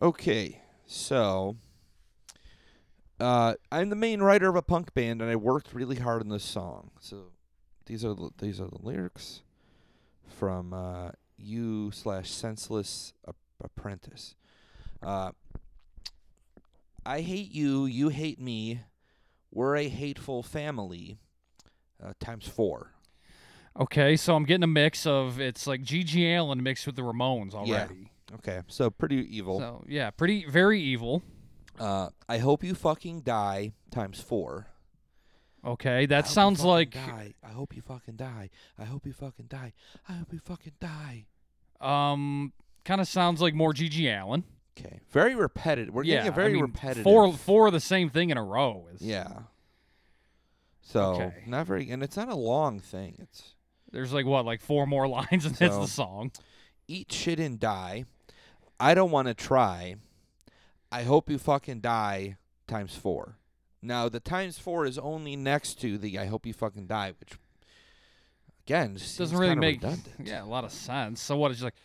Okay, so uh, I'm the main writer of a punk band, and I worked really hard on this song. So these are the, these are the lyrics from uh, you slash senseless Ap- apprentice. Uh, I hate you. You hate me. We're a hateful family. Uh, times four. Okay, so I'm getting a mix of it's like G.G. Allen mixed with the Ramones already. Okay, so pretty evil. So yeah, pretty very evil. Uh, I hope you fucking die times four. Okay, that I hope you sounds fucking like Die. I hope you fucking die. I hope you fucking die. I hope you fucking die. um kind of sounds like more G.G. Allen. Okay. Very repetitive. We're yeah, getting a I very mean, repetitive. Four four of the same thing in a row is Yeah. So Okay. not very, and it's not a long thing. It's There's like what, like four more lines and that's So- the song. eat shit and die. I don't want to try. I hope you fucking die times four. Now the times four is only next to the I hope you fucking die, which again just Doesn't seems really kinda make redundant. yeah a lot of sense. So what? It's just like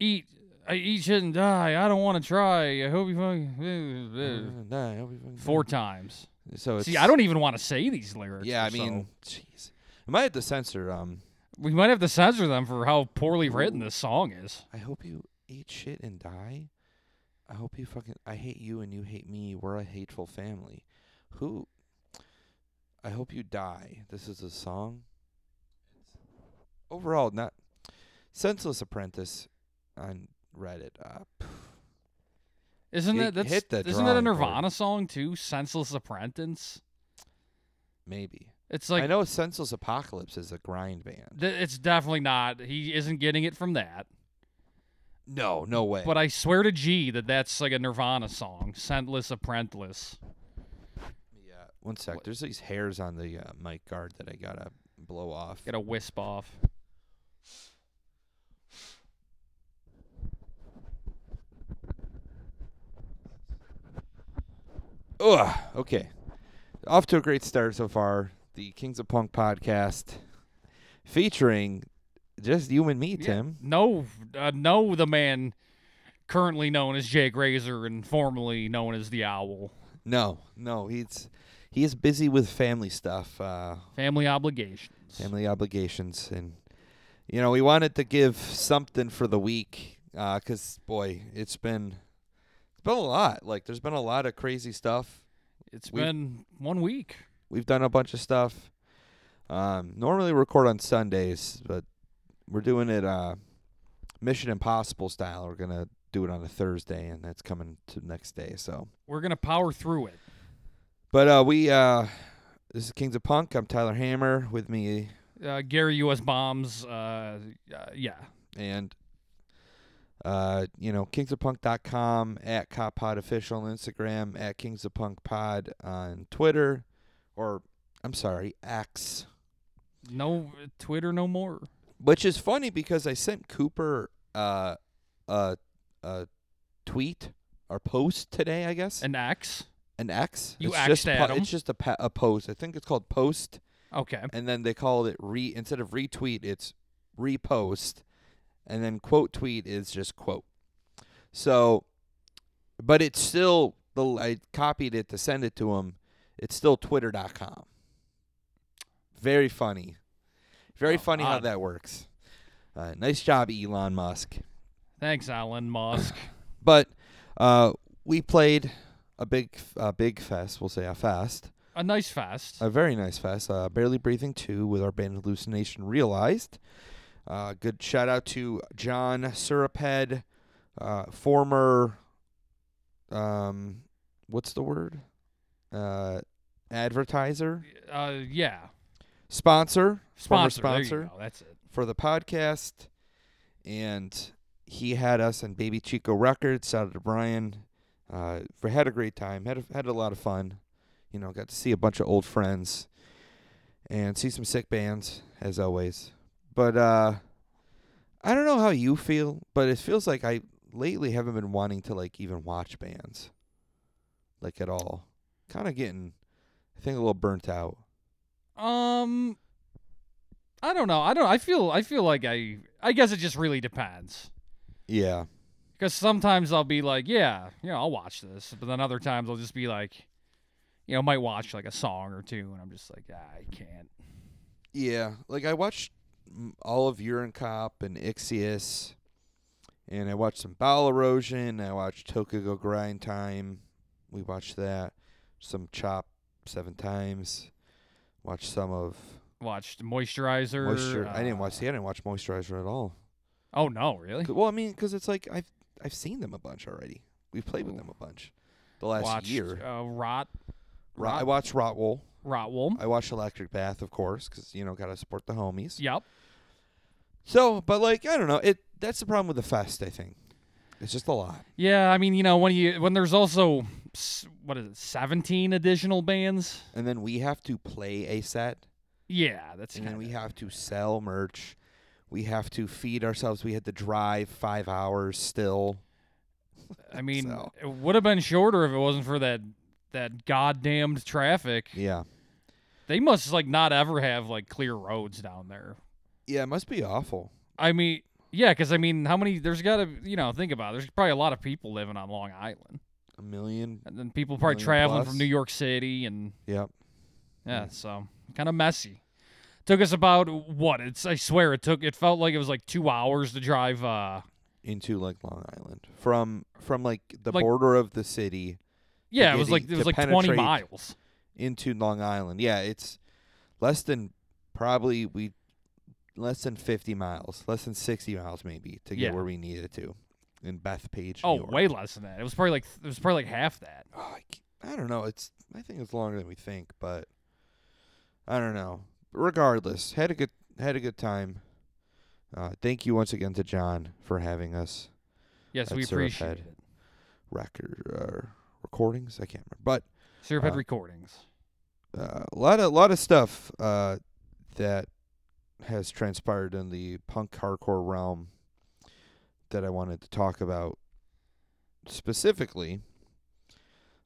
eat, I eat shit and die. I don't want to try. I hope you fucking Uh, die, I hope you fucking die. four times. So it's, See, I don't even want to say these lyrics. Yeah, I so- mean, jeez. Am I at the censor? Um, we might have to censor them for how poorly written this song is. I hope you eat shit and die. I hope you fucking. I hate you and you hate me. We're a hateful family. Who? I hope you die. This is a song. Overall, not senseless apprentice on Reddit. Uh, pff, Isn't Hit- that that's hit the isn't that a drawing board. Nirvana song too? Senseless Apprentice. maybe. It's like I know senseless apocalypse is a grind band. th- it's definitely not. He isn't getting it from that. No, no way. But I swear to G that that's like a Nirvana song. Senseless Apprentice. yeah, one sec. There's these hairs on the uh, mic guard that I gotta blow off. Got a wisp off. Ugh. Okay. Off to a great start so far. The Kings of Punk podcast featuring just you and me, Yeah. Tim. No, uh, no, the man currently known as Jake Razor and formerly known as the Owl. No, no, he's he is busy with family stuff, uh, Family obligations. family obligations, and you know we wanted to give something for the week because boy, it's been it's been a lot. Like there's been a lot of crazy stuff. It's we- been one week. We've done a bunch of stuff. Um, normally record on Sundays, but we're doing it uh, Mission Impossible style. We're gonna do it on a Thursday, and that's coming to the next day. So, We're gonna power through it. but uh, we uh, this is Kings of Punk. I'm Tyler Hammer with me, Uh, Gary U.S. bombs. Uh, uh, yeah, and uh, you know kingsofpunk.com at Cop Pod official on Instagram at Kings of Punk Pod on Twitter, or I'm sorry, X. no Twitter, no more. which is funny because I sent Cooper uh, a a tweet or post today, I guess, An X. an X. You it's just axed at him. It's just a pa- a post. I think it's called post, Okay. and then they called it re instead of retweet, it's repost, and then quote tweet is just quote. So, but it's still the I copied it to send it to him. It's still Twitter.com. Very funny, very Oh, funny how odd. that works. Uh, nice job, Elon Musk. Thanks, Alan Musk. But uh, we played a big, a big fest. We'll say a fest, A nice fest. a very nice fest. Uh, Barely breathing two with our band Hallucination Realized. Uh, good shout out to John Suraped, uh, former, um, what's the word? Uh, advertiser, Uh, yeah. sponsor, former Sponsor. there you sponsor go, That's it. for the podcast, and he had us on Baby Chico Records. Shout out to Brian. Uh, we had a great time. had a, had a lot of fun. You know, got to see a bunch of old friends, and see some sick bands as always. But uh, I don't know how you feel, but it feels like I lately haven't been wanting to like even watch bands, like at all. Kind of getting, I think, a little burnt out. Um, I don't know. I don't. I feel. I feel like I. I guess it just really depends. Yeah. Because sometimes I'll be like, yeah, you know, I'll watch this, but then other times I'll just be like, you know, might watch like a song or two, and I'm just like, ah, I can't. Yeah, like I watched mm, all of Urine Cop and Ixius, and I watched some Bowel Erosion. I watched Tokugo Grind Time. We watched that. Some Chop seven times. Watched some of Watched Moisturizer. Moisture. I didn't uh, watch. See, I didn't watch Moisturizer at all. Oh no, really? 'Cause- Well, I mean, because it's like I've I've seen them a bunch already. We've played with Ooh. them a bunch. The last watched, year, Uh, Rot Ro- I Rot- watched Rotwool. Rotwolm. I watched Electric Bath, of course, because you know gotta support the homies. Yep. So, but like I don't know, it that's the problem with the fest. I think it's just a lot. Yeah, I mean, you know, when you when there's also s- what is it, seventeen additional bands? And then we have to play a set, Yeah, that's and then kinda- we have to sell merch. We have to feed ourselves. We had to drive five hours still. I mean, so. it would have been shorter if it wasn't for that that goddamned traffic. Yeah, They must like not ever have like clear roads down there. yeah, it must be awful. I mean, yeah, because I mean, how many? There's got to you know think about. It, there's probably a lot of people living on Long Island, A million. and then people probably Million traveling plus. from New York City, and Yep. yeah, Yeah. so kind of messy. Took us about what? It's I swear it took. It felt like it was like two hours to drive. uh into like Long Island from from like the Like- border of the city Yeah, it was getting- like it e, to was like twenty penetrate- miles. into Long Island. Yeah, it's less than probably we less than 50 miles, less than 60 miles maybe to get Yeah. where we needed to in Bethpage, Oh, New York. way less than that. It was probably like it was probably like half that. Oh, I, c- I don't know. It's I think it's longer than we think, but I don't know. Regardless, had a good had a good time. Uh, thank you once again to John for having us. Yes, At we Syrup appreciate Head. it. Record uh, recordings, I can't remember, but Syrup Head Uh, recordings. uh, a lot of lot of stuff uh, that has transpired in the punk hardcore realm that I wanted to talk about specifically.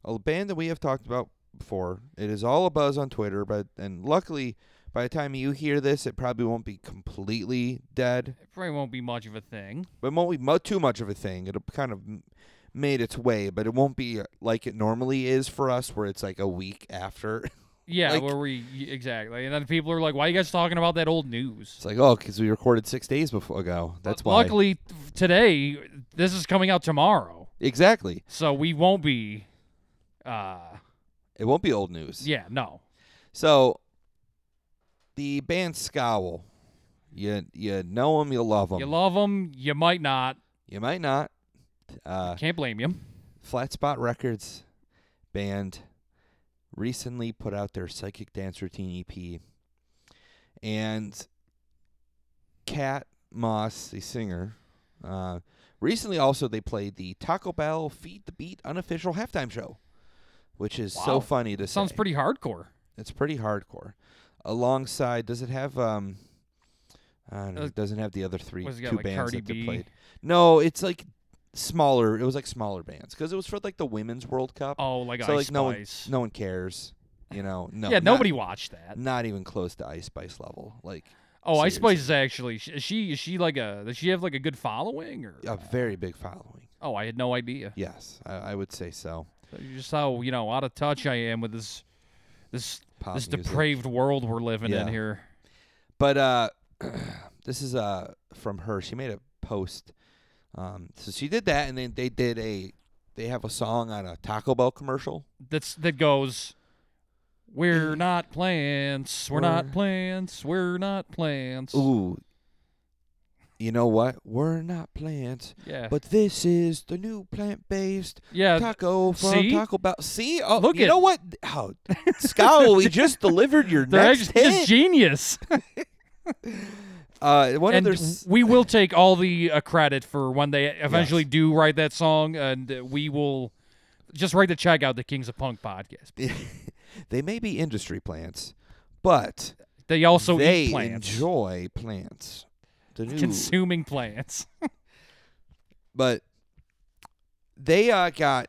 A band that we have talked about before. It is all a buzz on Twitter, but and luckily by the time you hear this, it probably won't be completely dead, It probably won't be much of a thing. but it won't be mu- too much of a thing. It'll kind of m- made its way, but it won't be uh, like it normally is for us, where it's like a week after. Yeah, Like- where we y- exactly, and then people are like, "Why are you guys talking about that old news?" It's like, oh, 'cause we recorded six days before ago. That's why. Luckily, t- today this is coming out tomorrow, exactly. so we won't be. Uh, It won't be old news. yeah, no. So, the band Scowl, you you know them, you love them. You love them, you might not. you might not. Uh, Can't blame you. Flat Spot Records band recently put out their Psychic Dance Routine EP, and Cat Moss, the singer, uh, recently also they played the Taco Bell Feed the Beat unofficial halftime show, which is so Wow. funny to Sounds say. pretty hardcore. It's pretty hardcore. Alongside, does it have um? I don't know, Uh, it doesn't have the other three What's it two got like bands Cardi that they B? played. No, it's like smaller. It was like smaller bands because it was for like the women's World Cup. Oh, like So, Ice like, no one- Spice. No one cares, you know. No, yeah, not- nobody watched that. Not even close to Ice Spice level. Like Oh, Ice Seriously. Spice is actually sh- is she is she like a does she have like a good following or? a very big following. oh, I had no idea. Yes, I, I would say so. Just how you know out of touch I am with this this Pop this music. depraved world we're living Yeah. in here. But uh, this is uh from her. She made a post. Um, so she did that, and then they did a. They have a song on a Taco Bell commercial. That's that goes. We're not plants. We're, not We're- plants. We're not plants. Ooh. You know what? We're not plants, yeah, but this is the new plant-based yeah. taco from Uh, see? Taco Bell. See, oh, Look you at- know what? Oh, Scowl, we just delivered your they're next actually just hit. genius, Uh, one of and their s- we will take all the uh, credit for when they eventually do write that song, and uh, we will just write the check out the Kings of Punk podcast. they may be industry plants, but They also they eat plants, enjoy plants. The new, consuming plants. but they uh, got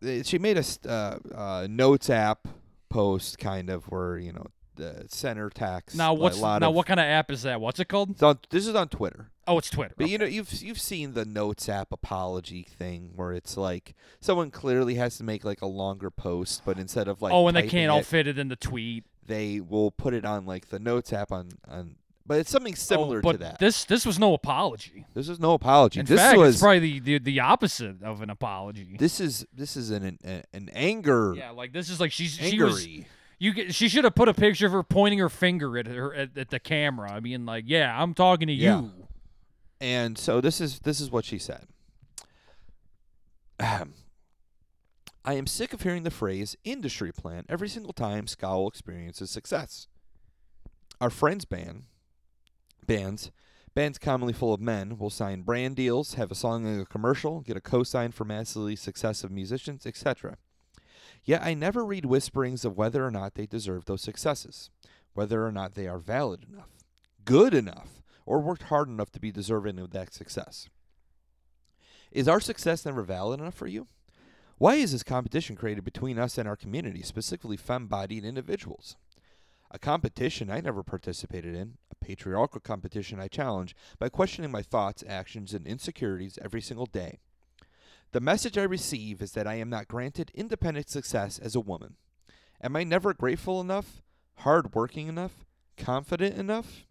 they- she made a st- uh, uh, notes app post kind of where you know uh, center tax. Now like, what's a lot now of, what kind of app is that? What's it called? It's on, this is on Twitter. Oh, it's Twitter. But you know, you've you've seen the notes app apology thing where it's like someone clearly has to make like a longer post, but instead of like oh, and they typing can't all it, fit it in the tweet. they will put it on like the notes app on on. But it's something similar oh, but to that. This this was no apology. this is no apology. In this fact, was it's probably the, the the opposite of an apology. this is this is an an, an anger yeah, like this is like she's she angry. was you get, she should have put a picture of her pointing her finger at her at, at the camera. I mean, like, yeah, I'm talking to Yeah. you. And so this is this is what she said. Ahem. I am sick of hearing the phrase industry plan every single time Scowl experiences success. Our friends band bands bands commonly full of men will sign brand deals, have a song in a commercial, get a co-sign for massively successive musicians, etc. Yet I never read whisperings of whether or not they deserve those successes, whether or not they are valid enough, good enough, or worked hard enough to be deserving of that success. Is our success never valid enough for you? Why is this competition created between us and our community, specifically femme bodied individuals? A competition I never participated in, a patriarchal competition I challenge by questioning my thoughts, actions, and insecurities every single day. The message I receive is that I am not granted independent success as a woman. Am I never grateful enough, hardworking enough, confident enough?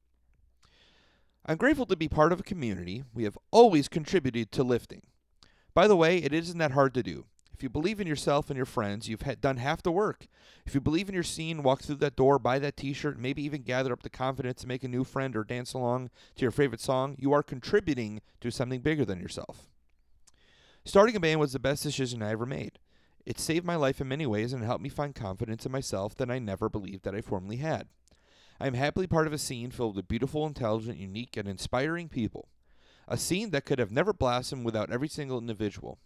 I'm grateful to be part of a community we have always contributed to lifting. By the way, it isn't that hard to do. If you believe in yourself and your friends, you've had done half the work. If you believe in your scene, walk through that door, buy that t shirt, maybe even gather up the confidence to make a new friend or dance along to your favorite song, you are contributing to something bigger than yourself. Starting a band was the best decision I ever made. It saved my life in many ways and helped me find confidence in myself that I never believed that I formerly had. I am happily part of a scene filled with beautiful, intelligent, unique, and inspiring people. A scene that could have never blossomed without every single individual.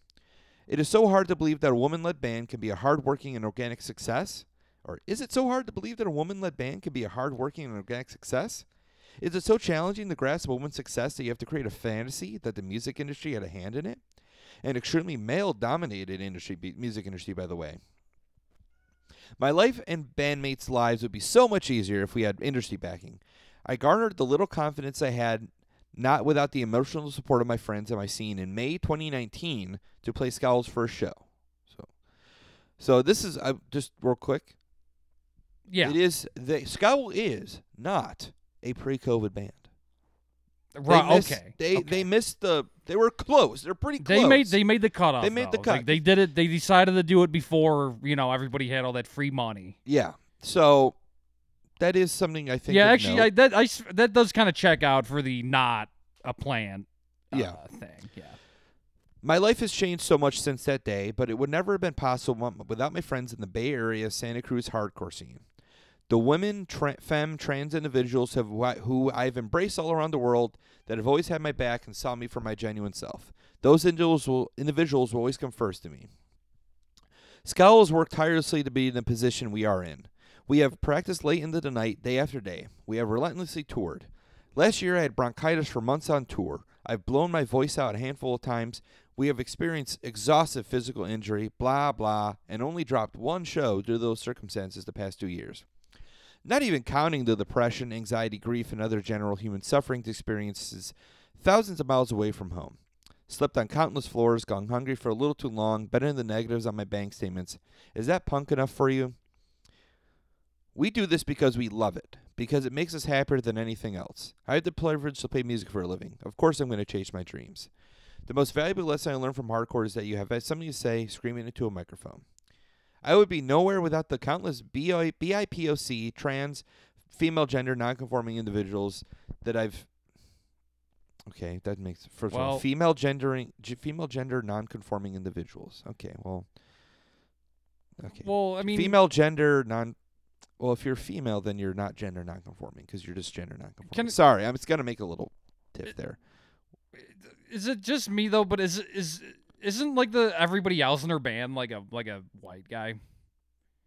It is so hard to believe that a woman led band can be a hardworking and organic success. Or is it so hard to believe that a woman led band can be a hardworking and organic success? Is it so challenging to grasp a woman's success that you have to create a fantasy that the music industry had a hand in it? An extremely male dominated industry, be- music industry, by the way. My life and bandmates' lives would be so much easier if we had industry backing. I garnered the little confidence I had, not without the emotional support of my friends and my scene in May 2019 to play Scowl's first show. So, so this is uh, just real quick. Yeah, It is the Scowl is not a pre-COVID band. They right. missed- okay. They okay. they missed the. They were close. They're pretty close. They made they made the cutoff. They made the though. cut. Like, they did it. They decided to do it before you know everybody had all that free money. Yeah. So that is something I think. yeah, of actually, note. I, that I s- that does kind of check out for the not a plan. uh, Yeah. thing. Yeah. My life has changed so much since that day, but it would never have been possible without my friends in the Bay Area Santa Cruz hardcore scene. The women, tra- femme, trans individuals have wh- who I've embraced all around the world that have always had my back and saw me for my genuine self. Those individuals will, individuals will always come first to me. Scowl has worked tirelessly to be in the position we are in. We have practiced late into the night, day after day. We have relentlessly toured. Last year, I had bronchitis for months on tour. I've blown my voice out a handful of times. We have experienced exhaustive physical injury, blah, blah, and only dropped one show due to those circumstances the past two years. Not even counting the depression, anxiety, grief, and other general human suffering experiences thousands of miles away from home. Slept on countless floors, gone hungry for a little too long, been in the negatives on my bank statements. Is that punk enough for you? We do this because we love it, because it makes us happier than anything else. I have the privilege to play music for a living. Of course, I'm going to chase my dreams. The most valuable lesson I learned from hardcore is that you have something to say screaming into a microphone. I would be nowhere without the countless BI- BIPOC, trans, female gender, nonconforming individuals that I've. Okay, that makes first of all Well- female gendering, g- female gender nonconforming individuals. Okay, well, okay Well, I mean, female gender non. Well, if you're female, then you're not gender nonconforming because you're just gender nonconforming. Can- Sorry, I'm just gonna make a little tip there. is it just me though? But is is isn't like the everybody else in her band like a like a white guy?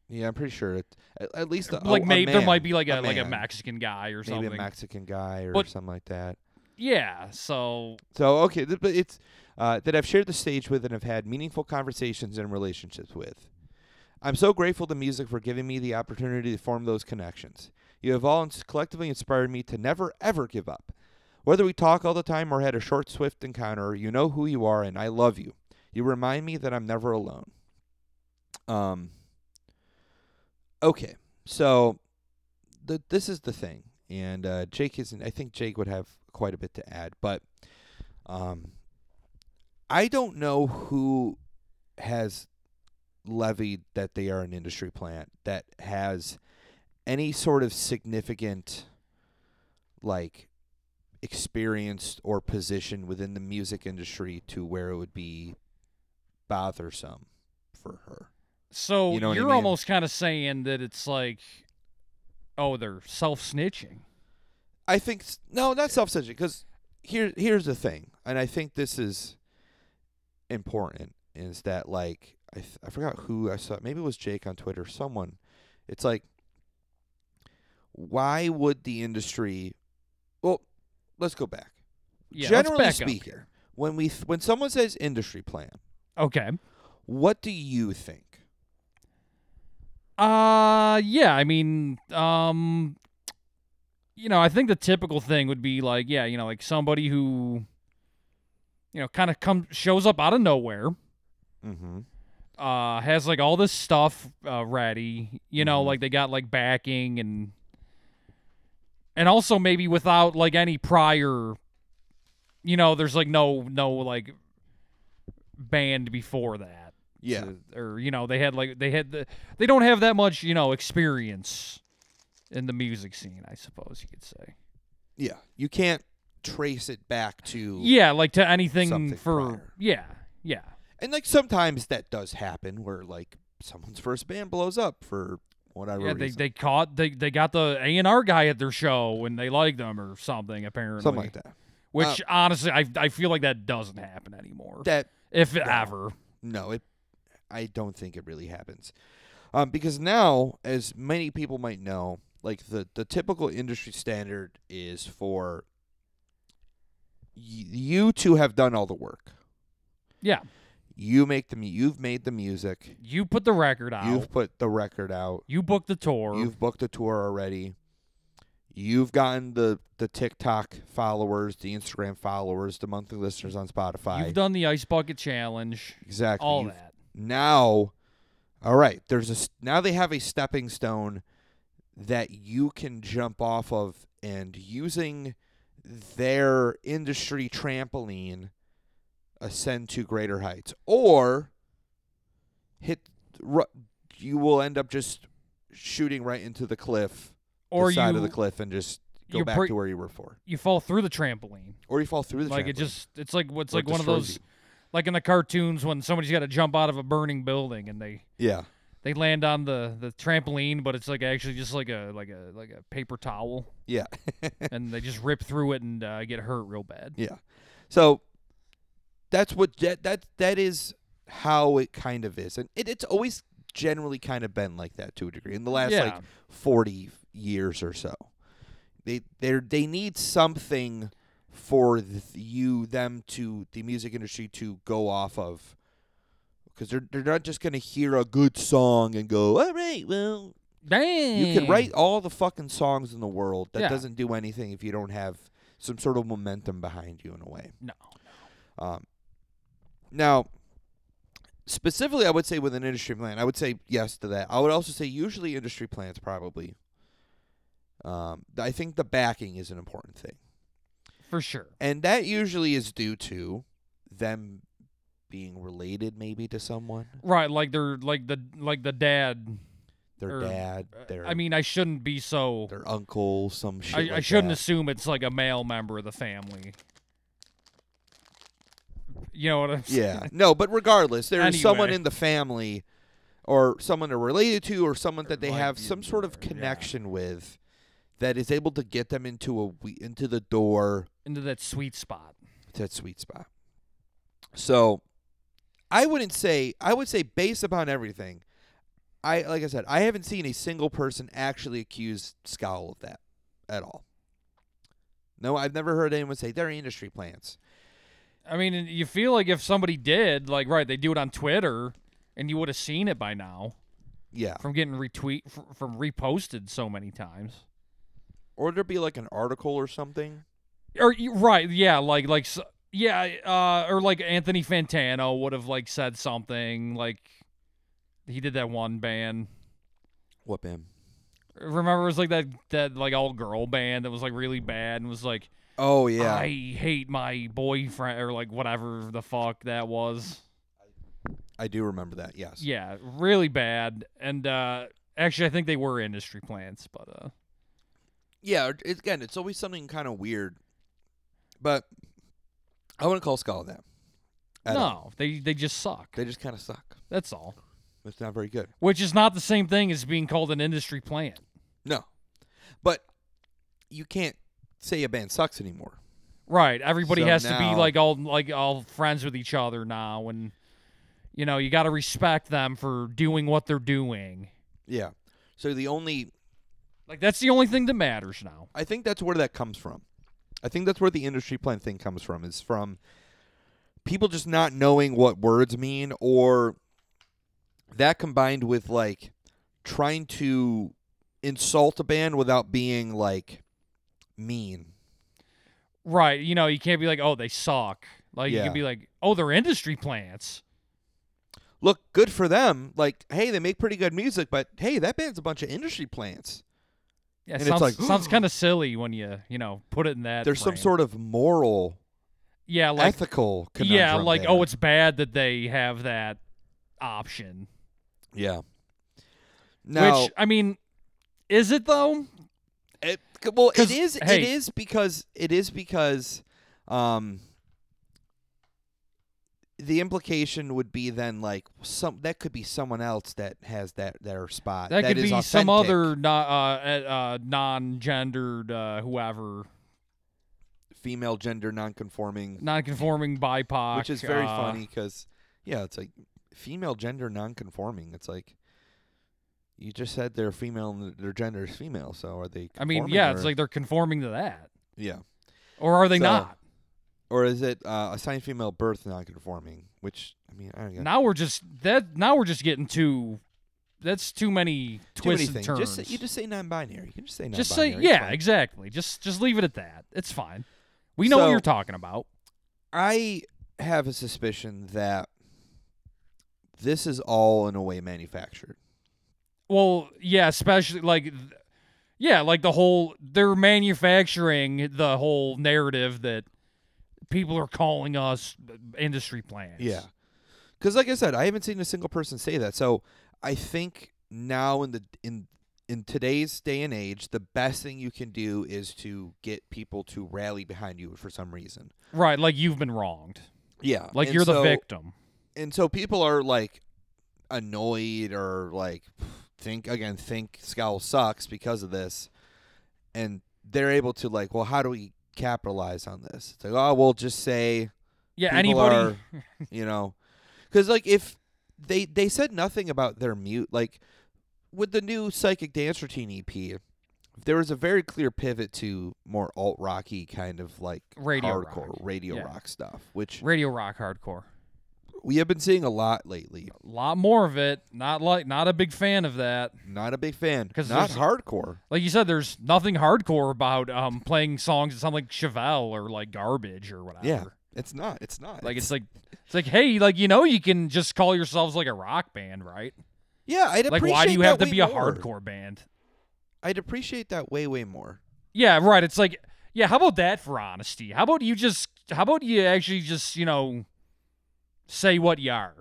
Yeah, I'm pretty sure it. At, at least a, like oh, a, maybe a there man, might be like a, like a man, Mexican guy or maybe something. a Mexican guy or But- something like that. yeah. So So okay, th- but it's uh, that I've shared the stage with and have had meaningful conversations and relationships with. I'm so grateful to music for giving me the opportunity to form those connections. You have all ins- collectively inspired me to never, ever give up. Whether we talk all the time or had a short, swift encounter, you know who you are, and I love you. You remind me that I'm never alone. Um. Okay, so the, this is the thing, and uh, Jake isn't. I think Jake would have quite a bit to add, but um, I don't know who has levied that they are an industry plant that has any sort of significant like experience or position within the music industry to where it would be bothersome for her. So You know what I you're mean? almost kind of saying that it's like, oh, they're self snitching. I think s- no, not self-centered because here here's the thing, and I think this is important is that like I th- I forgot who I saw maybe it was Jake on Twitter someone it's like why would the industry well let's go back Yeah, let's generally back up speaking here. when we th- when someone says industry plan Okay. what do you think Uh yeah, I mean, um you know, I think the typical thing would be like, yeah, you know, like somebody who you know, kind of comes shows up out of nowhere, mm-hmm uh has like all this stuff uh ready, you know, Mhm. like they got like backing and and also maybe without like any prior you know, there's like no no like band before that yeah to- or you know they had like they had the, they don't have that much you know experience in the music scene i suppose you could say yeah you can't trace it back to yeah like to anything Something for prior. yeah yeah And like sometimes that does happen where like someone's first band blows up for whatever yeah they, reason. they caught they, they got the a&r guy at their show and they liked them or something apparently Something like that. Uh, which honestly I, I feel like that doesn't happen anymore That if no. ever no, it I don't think it really happens. Um, because now, as many people might know, like the, the typical industry standard is for y- you to have done all the work. yeah You make the mu- you've made the music. you put the record out You've put the record out. you booked the tour You've booked a tour already. You've gotten the the TikTok followers, the Instagram followers, the monthly listeners on Spotify. you've done the ice bucket challenge exactly. all You've- that Now, all right. There's a s- now they have a stepping stone that you can jump off of, and using their industry trampoline, ascend to greater heights, or hit. ru- You will end up just shooting right into the cliff or the side you of the cliff and just go you back break- to where you were before, you fall through the trampoline or you fall through the like it trampoline, just it's like what's or it like one of destroys those like in the cartoons when somebody's got to jump out of a burning building and they you. Yeah, they land on the the trampoline but it's like actually just like a like a like a paper towel yeah, and they just rip through it and uh, get hurt real bad yeah. So that's what that that that is how it kind of is, and it, it's always generally kind of been like that to a degree in the last yeah like forty years or so. They they they need something for th- you them to the music industry to go off of. Because they're, they're not just going to hear a good song and go, all right, well, dang You can write all the fucking songs in the world. That Mm. Yeah. doesn't do anything if you don't have some sort of momentum behind you in a way. no Um, now, specifically, I would say with an industry plan, I would say yes to that. I would also say usually industry plans probably. Um, I think the backing is an important thing, for sure and that usually is due to them being related, maybe to someone, right like they're like the like the dad their Or, dad, their Er, uh, i mean i shouldn't be so their uncle, some shit. I, I like shouldn't that. assume it's like a male member of the family you know what i'm saying Yeah. No, but regardless, there is someone Anyway. in the family or someone they're related to or someone that they Like have you some sort were, of yeah. connection with that is able to get them into a we- into the door into that sweet spot to that sweet spot. So, I wouldn't say I would say based upon everything, I like I said, I haven't seen a single person actually accuse Scowl of that at all. No, I've never heard anyone say they're industry plants. I mean, and you feel like if somebody did, like, right, they do it on Twitter, and you would have seen it by now. yeah. from getting retweet fr- from reposted so many times. Or there'd be like an article or something. Or you- right, yeah, like like s- yeah, uh, or like Anthony Fantano would have like said something like he did that one band. Whoop him. Remember, it was like that that like all girl band that was like really bad and was like, Oh yeah. I hate my boyfriend or like whatever the fuck that was. I do remember that. Yes. Yeah, really bad. And uh actually, I think they were industry plants, but uh Yeah. it- It's, again, it's always something kind of weird, but I wouldn't call Scala that. at all. no, they they just suck. They just kind of suck. That's all. It's not very good. Which is not the same thing as being called an industry plant. No, but you can't say a band sucks anymore. Right. Everybody So has to now- be like all like all friends with each other now and you know, you got to respect them for doing what they're doing. Yeah. So the only Like that's the only thing that matters now. I think that's where that comes from. I think that's where the industry plan thing comes from. Is from people just not knowing what words mean, or that combined with like trying to insult a band without being like mean. Right. You know, you can't be like, "Oh, they suck." Like you Yeah. can be like, "Oh, they're industry plants." Look, good for them. Like, hey, they make pretty good music, but hey, that band's a bunch of industry plants. Yeah, And it's sounds like, sounds kind of silly when you, you know, put it in that There's some frame. sort of moral, Yeah, like ethical conundrum. yeah, like there. oh, it's bad that they have that option. yeah. Now, Which I mean, is it though? It, c- well, it 'Cause, is. it hey- is because it is because um, the implication would be then like some that could be someone else that has that their spot. That, could is be some authentic. other no, uh, uh, uh, non-gendered uh, whoever, female gender nonconforming, non-conforming BIPOC, which is very uh, funny because yeah, it's like female gender nonconforming. It's like you just said they're female and their gender is female, so are they? I mean, conforming yeah, it's or- like they're conforming to that, yeah. or are they So, not? Or is it uh, assigned female birth nonconforming? Which I mean, I don't get Now we're just that. Now we're just getting too. That's too many twists and turns. Just say- you just say non-binary. You can just say non-binary. Just say It's yeah, fine. exactly. Just just leave it at that. It's fine. We know So- what you're talking about. I have a suspicion that this is all in a way manufactured. Well, yeah, especially like, th- yeah, like the whole they're manufacturing the whole narrative that people are calling us uh, industry plants. Because like I said, I haven't seen a single person say that. So I think now in the in in today's day and age, the best thing you can do is to get people to rally behind you for some reason. right. Like you've been wronged. Yeah, Like And you're the so- victim. and so people are like annoyed or like think again think scowl sucks because of this and they're able to like well how do we capitalize on this it's like oh we'll just say Yeah. people Anybody. you know because like if they they said nothing about their mute like with the new psychic dance routine ep there was a very clear pivot to more alt rocky kind of like Radio rock. hardcore radio Yeah. rock stuff which Radio rock hardcore. we have been seeing a lot lately A lot more of it. Not like not a big fan of that. Not a big fan. 'Cause not there's- hardcore. Like you said, there's nothing hardcore about um playing songs that sound like Chevelle or like garbage or whatever. Yeah, it's not. It's not. Like it's like it's like hey, like you know you can just call yourselves like a rock band, right? yeah. I'd Like appreciate why do you that have to way be a more. hardcore band? I'd appreciate that way way more. Yeah, right. It's like yeah, how about that for honesty? How about you just how about you actually just, you know, say what you are?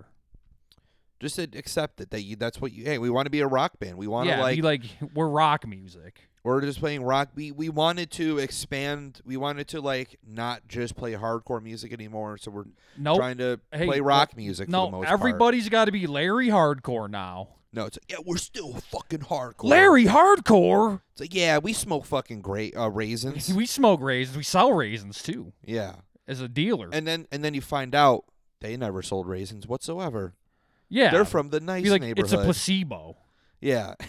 Just to accept it that you. That's what you. Hey, we want to be a rock band. We want to yeah, like, be like we're rock music. We're just playing rock. We we wanted to expand. We wanted to like not just play hardcore music anymore. So we're Nope. trying to Hey, play rock music for the no, most part. everybody's got to be Larry Hardcore now. No, it's like, yeah, we're still fucking hardcore. Larry Hardcore? It's like yeah, we smoke fucking great uh, raisins. We smoke raisins. We sell raisins too yeah, as a dealer. and then and then you find out they never sold raisins whatsoever. yeah. They're from the nice be like neighborhood. it's a placebo. yeah. or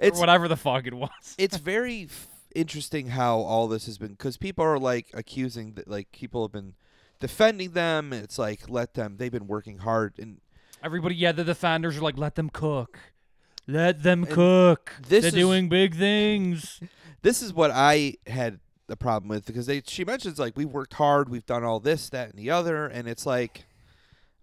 it's whatever the fuck it was. it's very f- interesting how all this has been cuz people are like accusing that like people have been defending them. and It's like let them they've been working hard and Everybody, yeah, the defenders are like, let them cook. Let them cook. this They're is- doing big things. this is what I had a problem with because they she mentions like we worked hard, we've done all this, that, and the other, and it's like,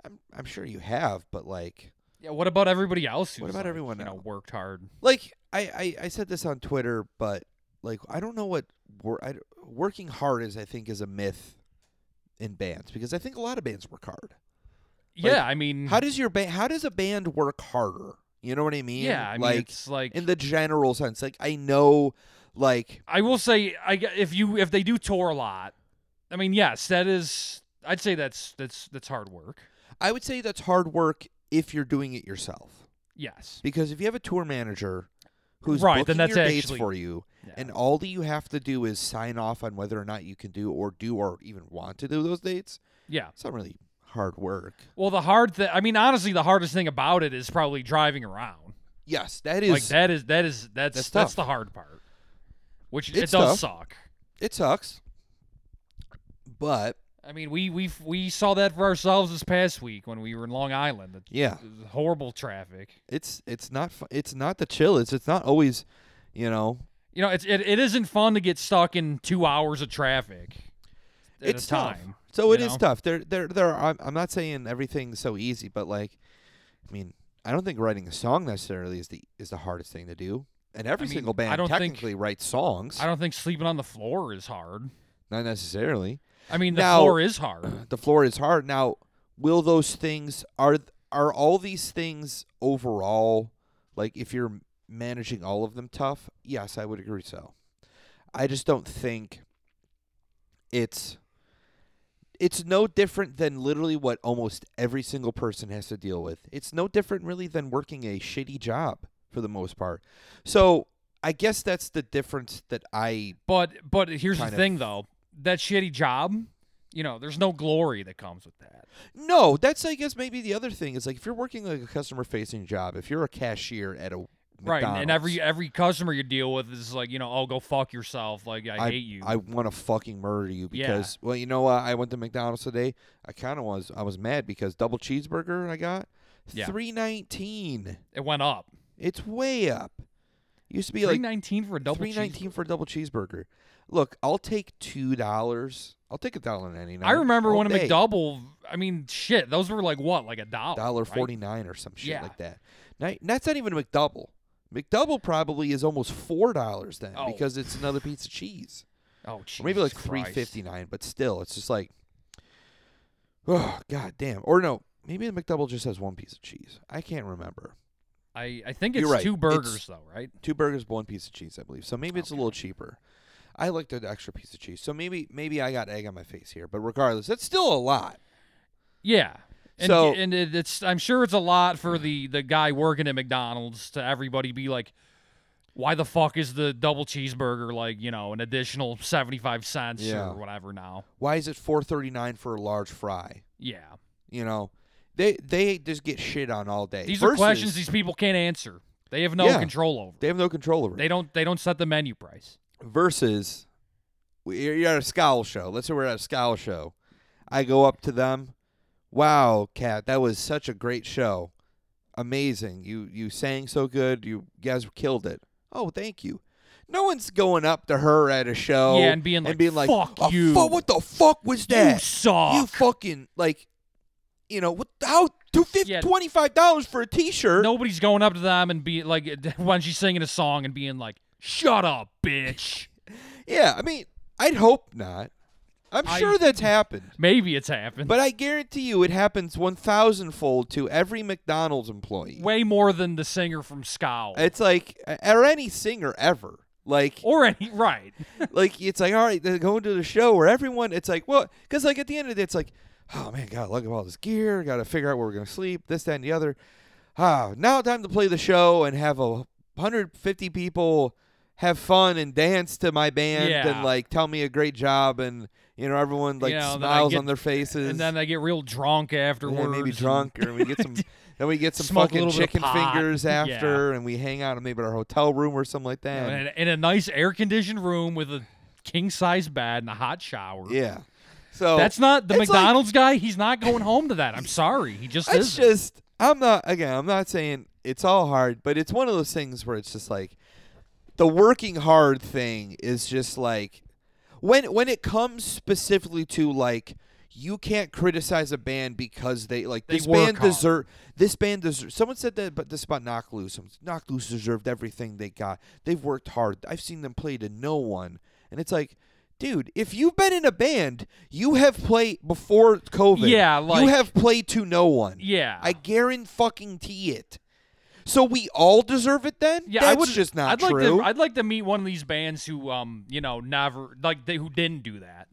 I'm I'm sure you have, but like Yeah, what about everybody else? Who's What about like, everyone You know, else? worked hard. like I I, I said this on Twitter, but like I don't know what wor- I, working hard is. I think is a myth in bands because I think a lot of bands work hard. Yeah, I mean, How does your ba- how does a band work harder? You know what I mean? yeah, I mean, like it's like in the general sense. Like I know, like I will say, I gue- if you if they do tour a lot, I mean, yes, that is. I'd say that's that's that's hard work. I would say that's hard work if you're doing it yourself. Yes. Because if you have a tour manager who's Right, booking then that's your dates actually- for you, Yeah. and all that you have to do is sign off on whether or not you can do or do or even want to do those dates, yeah. it's not really hard work. Well, the hard thing. I mean, honestly, the hardest thing about it is probably driving around. Yes, that is like that is that is that's That's tough. that's, the hard part. Which it It's does suck. it sucks. But I mean, we we we saw that for ourselves this past week when we were in Long Island. The, yeah, the horrible traffic. it's it's not fu- it's not the chill. It's it's not always, you know, You know, it's it, it isn't fun to get stuck in two hours of traffic. at a it's tough. time. So you it is know? tough. There, there, there. Are, I'm, I'm not saying everything's so easy, but like, I mean, I don't think writing a song necessarily is the is the hardest thing to do. And every mean, single I band don't think- technically writes songs, I don't think sleeping on the floor is hard. not necessarily. I mean, the Now- floor is hard. The floor is hard. Now, will those things are are all these things overall like if you're managing all of them tough? Yes, I would agree so. I just don't think it's it's no different than literally what almost every single person has to deal with. It's no different really than working a shitty job for the most part. So, I guess that's the difference that I But but here's the Kind of. thing though, that shitty job, you know, there's no glory that comes with that. No, that's I guess maybe the other thing is like if you're working like a customer facing job, if you're a cashier at a Right, and- McDonald's, and every every customer you deal with is like, you know, oh go fuck yourself, like I, hate you. I want to fucking murder you Yeah. because well, you know what? I went to McDonald's today. I kind of was I was mad because double cheeseburger I got Yeah. 319. it went up. It's way up. Used to be Three like nineteen for a double three nineteen cheeseburger. for a double cheeseburger. Look, I'll take two dollars. I'll take a dollar ninety nine. I remember all when a day. McDouble. I mean, shit, those were like what, like a dollar, dollar Oh, right? forty nine or some shit Yeah. like that. Now, that's not even a McDouble. McDouble probably is almost four dollars then Oh. because it's another piece of cheese, Oh, or maybe like Jesus three Christ. fifty nine. But still, it's just like, oh god damn. Or no, maybe the McDouble just has one piece of cheese. I can't remember. I I think You're it's right. two It's- burgers though, right? Two burgers, one piece of cheese, I believe. So maybe it's a Okay. little cheaper. I like the extra piece of cheese. So maybe maybe I got egg on my face here, but regardless, that's still a lot. Yeah. And, So- and it, it's I'm sure it's a lot for the the guy working at McDonald's to everybody be like, why the fuck is the double cheeseburger like you know an additional seventy five cents Yeah. or whatever now? Why is it four thirty nine for a large fry? Yeah, You know, they they just get shit on all day. these are Versus, questions these people can't answer. They have no Yeah. control over. they have no control over. They don't they don't set the menu price. Versus, we- you're at a scowl show. Let's say we're at a scowl show. I go up to them. Wow, Kat, that was such a great show. Amazing. You you sang so good. You guys killed it. Oh, thank you. No one's going up to her at a show. yeah, and being like, and being like, fuck "Oh, you, fu- what the fuck was that? you suck. You fucking like, you know what? How two fifty Yeah. twenty five dollars for a T-shirt? Nobody's going up to them and be like when she's singing a song and being like, shut up, bitch. Yeah, I mean, I'd hope not. I'm I- sure that's happened, Maybe it's happened. but I guarantee you, it happens one thousandfold to every McDonald's employee. way more than the singer from Scowl. it's like, or any singer ever. Like, or any right. like it's like, all right, they're going to the show where everyone. It's like, well, because like at the end of the day, it's like, oh man, gotta lug up all this gear, gotta figure out where we're gonna sleep, this, that, and the other. Ah, now time to play the show and have a hundred fifty people have fun and dance to my band Yeah. and like tell me a great job and you know everyone like You know, then I smiles get- on their faces And then they get real drunk and afterwards. then maybe and- drunk or we get some then we get some Smoke a fucking little bit of chicken pot. fingers Yeah. after and we hang out maybe at our hotel room or something like you know, that. in, in a nice air conditioned room with a king size bed and a hot shower. yeah. So That's not the It's like- McDonald's guy. He's not going home to that. I'm sorry. He just It's is. just I'm not again. I'm not saying It's all hard, but it's one of those things where it's just like the working hard thing is just like when when it comes specifically to like you can't criticize a band because they like They this work band hard. deserve this band deserve someone said that but this about knock loose Someone said, knock loose deserved everything they got they've worked hard i've seen them play to no one and it's like dude if you've been in a band you have played before covid Yeah, like- you have played to no one Yeah. i guarantee fucking tea it so we all deserve it then yeah, that's I would just not I'd true Like to, I'd like to meet one of these bands who, um, you know, never like they who didn't do that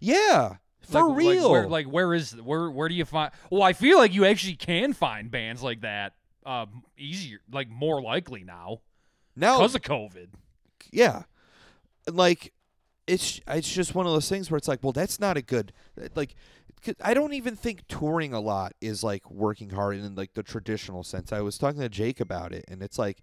Yeah, for Like- real. Like where, like, where is where where do you find? Well, I feel like you actually can find bands like that, um, easier, like more likely now now, because of COVID. yeah, like it's it's just one of those things where it's like, well, that's not a good like. 'cause I don't even think touring a lot is like working hard in like the traditional sense. I was talking to Jake about it, and it's like,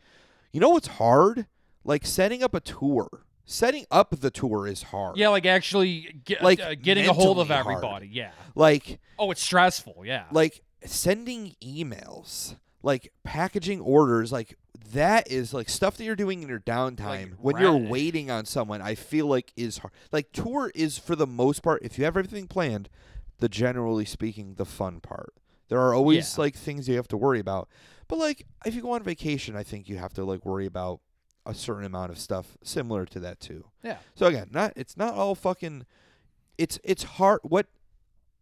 you know what's hard? Like setting up a tour. Setting up the tour is hard. Yeah, like actually get, Like, uh, getting a hold of mentally hard. everybody. Yeah. Like Oh, it's stressful. Yeah. like sending emails, like packaging orders, like that is like stuff that you're doing in your downtime when you're right. waiting on someone. I feel like is hard. Like tour is for the most part, if you have everything planned, the generally speaking the fun part. There are always Yeah. like things you have to worry about, but like if you go on vacation, I think you have to like worry about a certain amount of stuff similar to that too. yeah. So again, not it's not all fucking it's it's hard what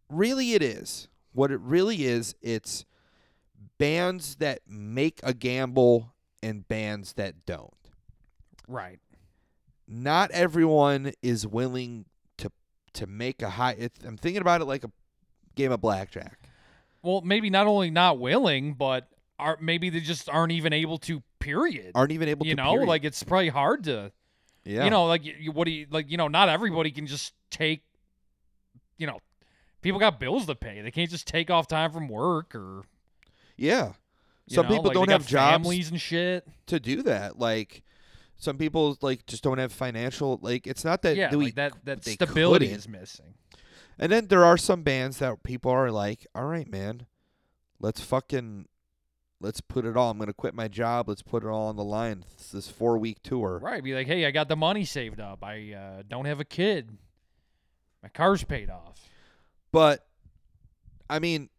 really it is. What it really is, it's bands that make a gamble and bands that don't. Right. Not everyone is willing to to make a high it's, I'm thinking about it like a game of blackjack. Well, maybe not only not willing, but are maybe they just aren't even able to. Period. Aren't even able you to know, period. like it's probably hard to. yeah. you know like y- you, what do you like you know not everybody can just take you know people got bills to pay they can't just take off time from work or yeah. you Some know, people like, they don't got have jobs. families and shit to do that. Like some people like just don't have financial like it's not that yeah we like that that they stability couldn't. is missing And then there are some bands that people are like, "All right, man, let's fucking let's put it all. I'm gonna quit my job. Let's put it all on the line. This, this four week tour. right be like hey i got the money saved up i uh, don't have a kid my car's paid off But I mean,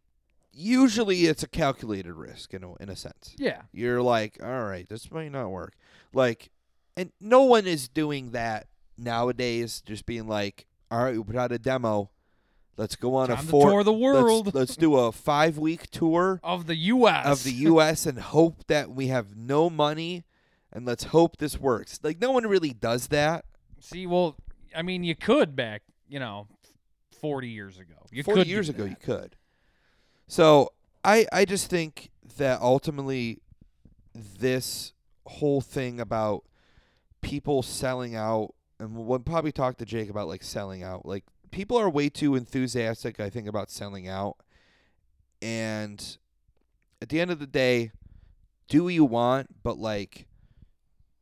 usually it's a calculated risk in a, in a sense. yeah You're like, all right, this might not work. Like, and no one is doing that nowadays. Just being like, all right, we put out a demo. Let's go on time a to four. tour the let's- world let's do a five week tour. of the us of the U.S. and hope that we have no money, and let's hope this works. Like no one really does that. see well i mean you could back you know 40 years ago you Forty could do years ago, that. you could. So I I just think that ultimately, this whole thing about people selling out, and we'll probably talk to Jake about like selling out. Like people are way too enthusiastic, I think, about selling out, and at the end of the day, do what you want, but like.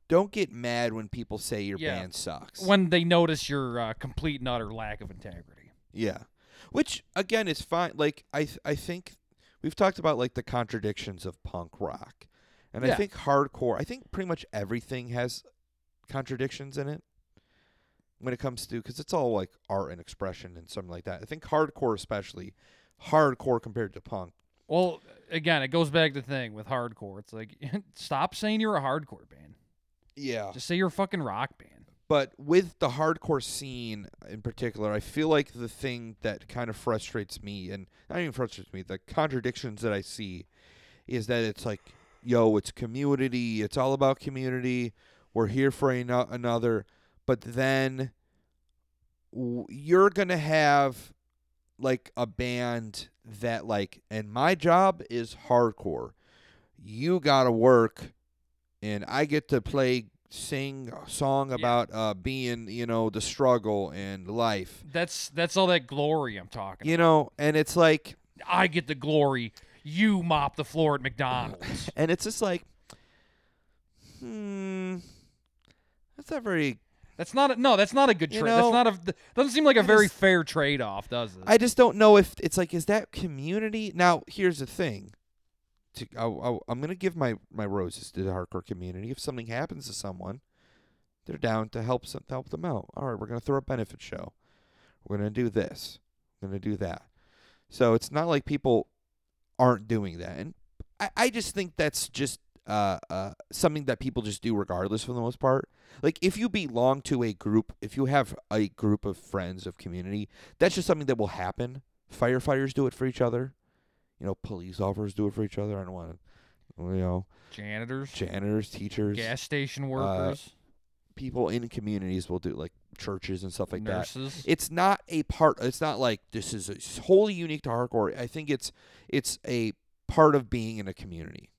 Don't get mad when people say your Yeah. band sucks. when they notice your uh, complete and utter lack of integrity. Yeah. Which again is fine. Like I th- I think we've talked about like the contradictions of punk rock. And I Yeah. think hardcore, I think pretty much everything has contradictions in it when it comes to cuz it's all like art and expression and something like that. I think hardcore especially hardcore compared to punk. Well, again, it goes back to the thing with hardcore. It's like stop saying you're a hardcore band. Yeah. Just say you're a fucking rock band. but with the hardcore scene in particular, I feel like the thing that kind of frustrates me, and not even frustrates me, the contradictions that I see, is that it's like, yo, it's community, it's all about community, we're here for an- another, but then w- you're gonna have like a band that like, and my job is hardcore. You gotta work and I get to play sing a song Yeah. about uh being, you know, the struggle and life. That's that's all that glory I'm talking. You know, and it's like about. I get the glory. You mop the floor at McDonald's. and it's just like hmm that's not very That's not a, no. That's not a good You trade. know, that's not a. th- Doesn't seem like a that very is- fair trade off, does it? I just don't know if it's like is that community? Now, here's the thing. to I, I, I'm gonna give my my roses to the hardcore community. If something happens to someone, they're down to help some, to help them out. All right, we're gonna throw a benefit show. We're gonna do this. We're gonna do that. So it's not like people aren't doing that, and I, I just think that's just uh, uh, something that people just do regardless for the most part. Like if you belong to a group, if you have a group of friends of community, that's just something that will happen. Firefighters do it for each other. You know, police officers do it for each other. I don't want to, you know, janitors, janitors, uh, teachers, gas station workers, people in communities will do like churches and stuff like that nurses. it's not a part it's not like this is a- wholly unique to hardcore i think it's it's a part of being in a community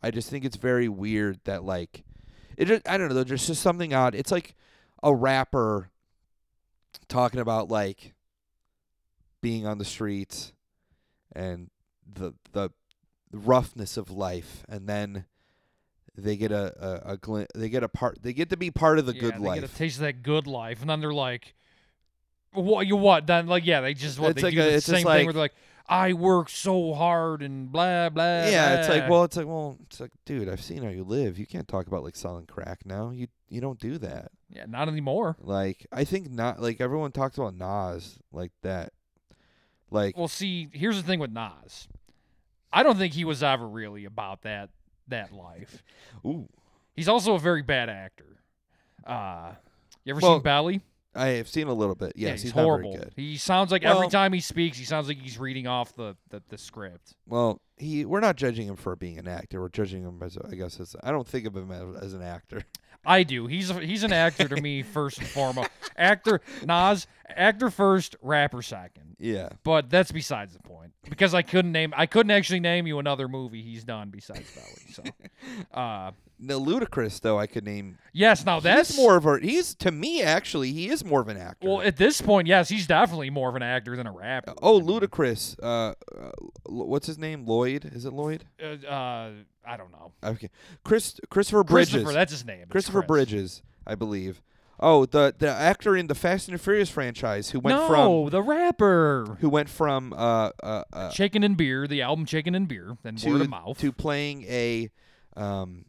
i just think it's very weird that like it just, i don't know there's just something odd it's like a rapper talking about like being on the streets and the the roughness of life and then they get a, a, a glint they get a part they get to be part of the Yeah, good they life Get a taste of that good life, and then they're like, "What you what?" Then like, yeah, they just what It's they like do a- the it's just same thing where they're like, "I work so hard and blah blah." yeah, it's like, blah." well, it's like, well, it's like, dude, I've seen how you live. You can't talk about like selling crack now. You you don't do that. yeah, not anymore. Like, I think not. Like everyone talks about Nas like that. Like, Well, see, here's the thing with Nas. I don't think he was ever really about that that life. ooh, He's also a very bad actor. Uh, you ever Well, seen Belly? I have seen a little bit. Yes, he's, he's, horrible. not very good. He sounds like every Well- time he speaks, he sounds like he's reading off the the, the script. Well, he we're not judging him for being an actor. We're judging him as a- I guess as I don't think of him as, as an actor. I do. He's a, he's an actor to me first and foremost. Actor Nas, actor first, rapper second. Yeah, But that's besides the point because I couldn't name I couldn't actually name you another movie he's done besides Belly. So, uh, now Ludacris though I could name. yes, now that's he's more of a. He's to me actually he is more of an actor. Well, at this point, yes, he's definitely more of an actor than a rapper. oh, I mean, Ludacris. Uh, uh, L- what's his name? Lloyd? Is it Lloyd? Uh, uh, I don't know. Okay, Chris Christopher Bridges. Christopher, that's his name. It's Christopher Chris. Bridges, I believe. Oh, the the actor in the Fast and the Furious franchise who went no, from the rapper. who went from uh uh, uh Chicken and Beer, the album Chicken and Beer, then Word to of Mouth. to playing a um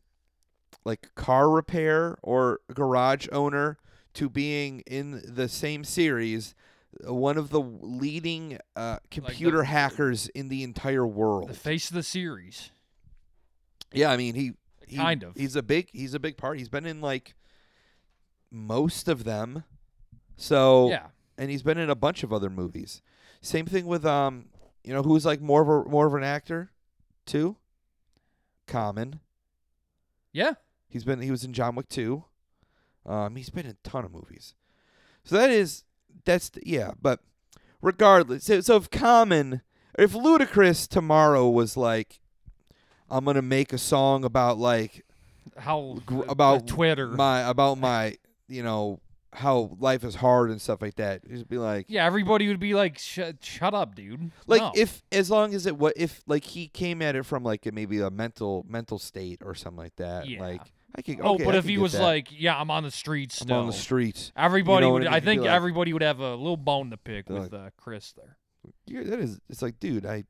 like car repair or garage owner to being in the same series uh, one of the leading uh, computer hackers in the entire world. the face of the series. Yeah, I mean he, he Kind of. He's a big he's a big part. He's been in like most of them. So Yeah. and he's been in a bunch of other movies. Same thing with um you know who's like more of a more of an actor too? Common. Yeah. He's been he was in John Wick 2. Um he's been in a ton of movies. So that is that's the- yeah, but regardless, so, so if Common if Ludacris tomorrow was like I'm going to make a song about like How Gr- uh, about Twitter. my about my you know how life is hard and stuff like that. Just be like, yeah, everybody would be like, "Shut, shut up, dude." like No. if as long as it what if like he came at it from like a- maybe a mental mental state or something like that. Yeah. Like I could. oh, okay, but I if can he get was that. like, "Yeah, I'm on the streets I'm now," on the streets, everybody what would. I mean? I He'd be think like- everybody would have a little bone to pick They're with uh, Chris there. you that is it's like, dude, I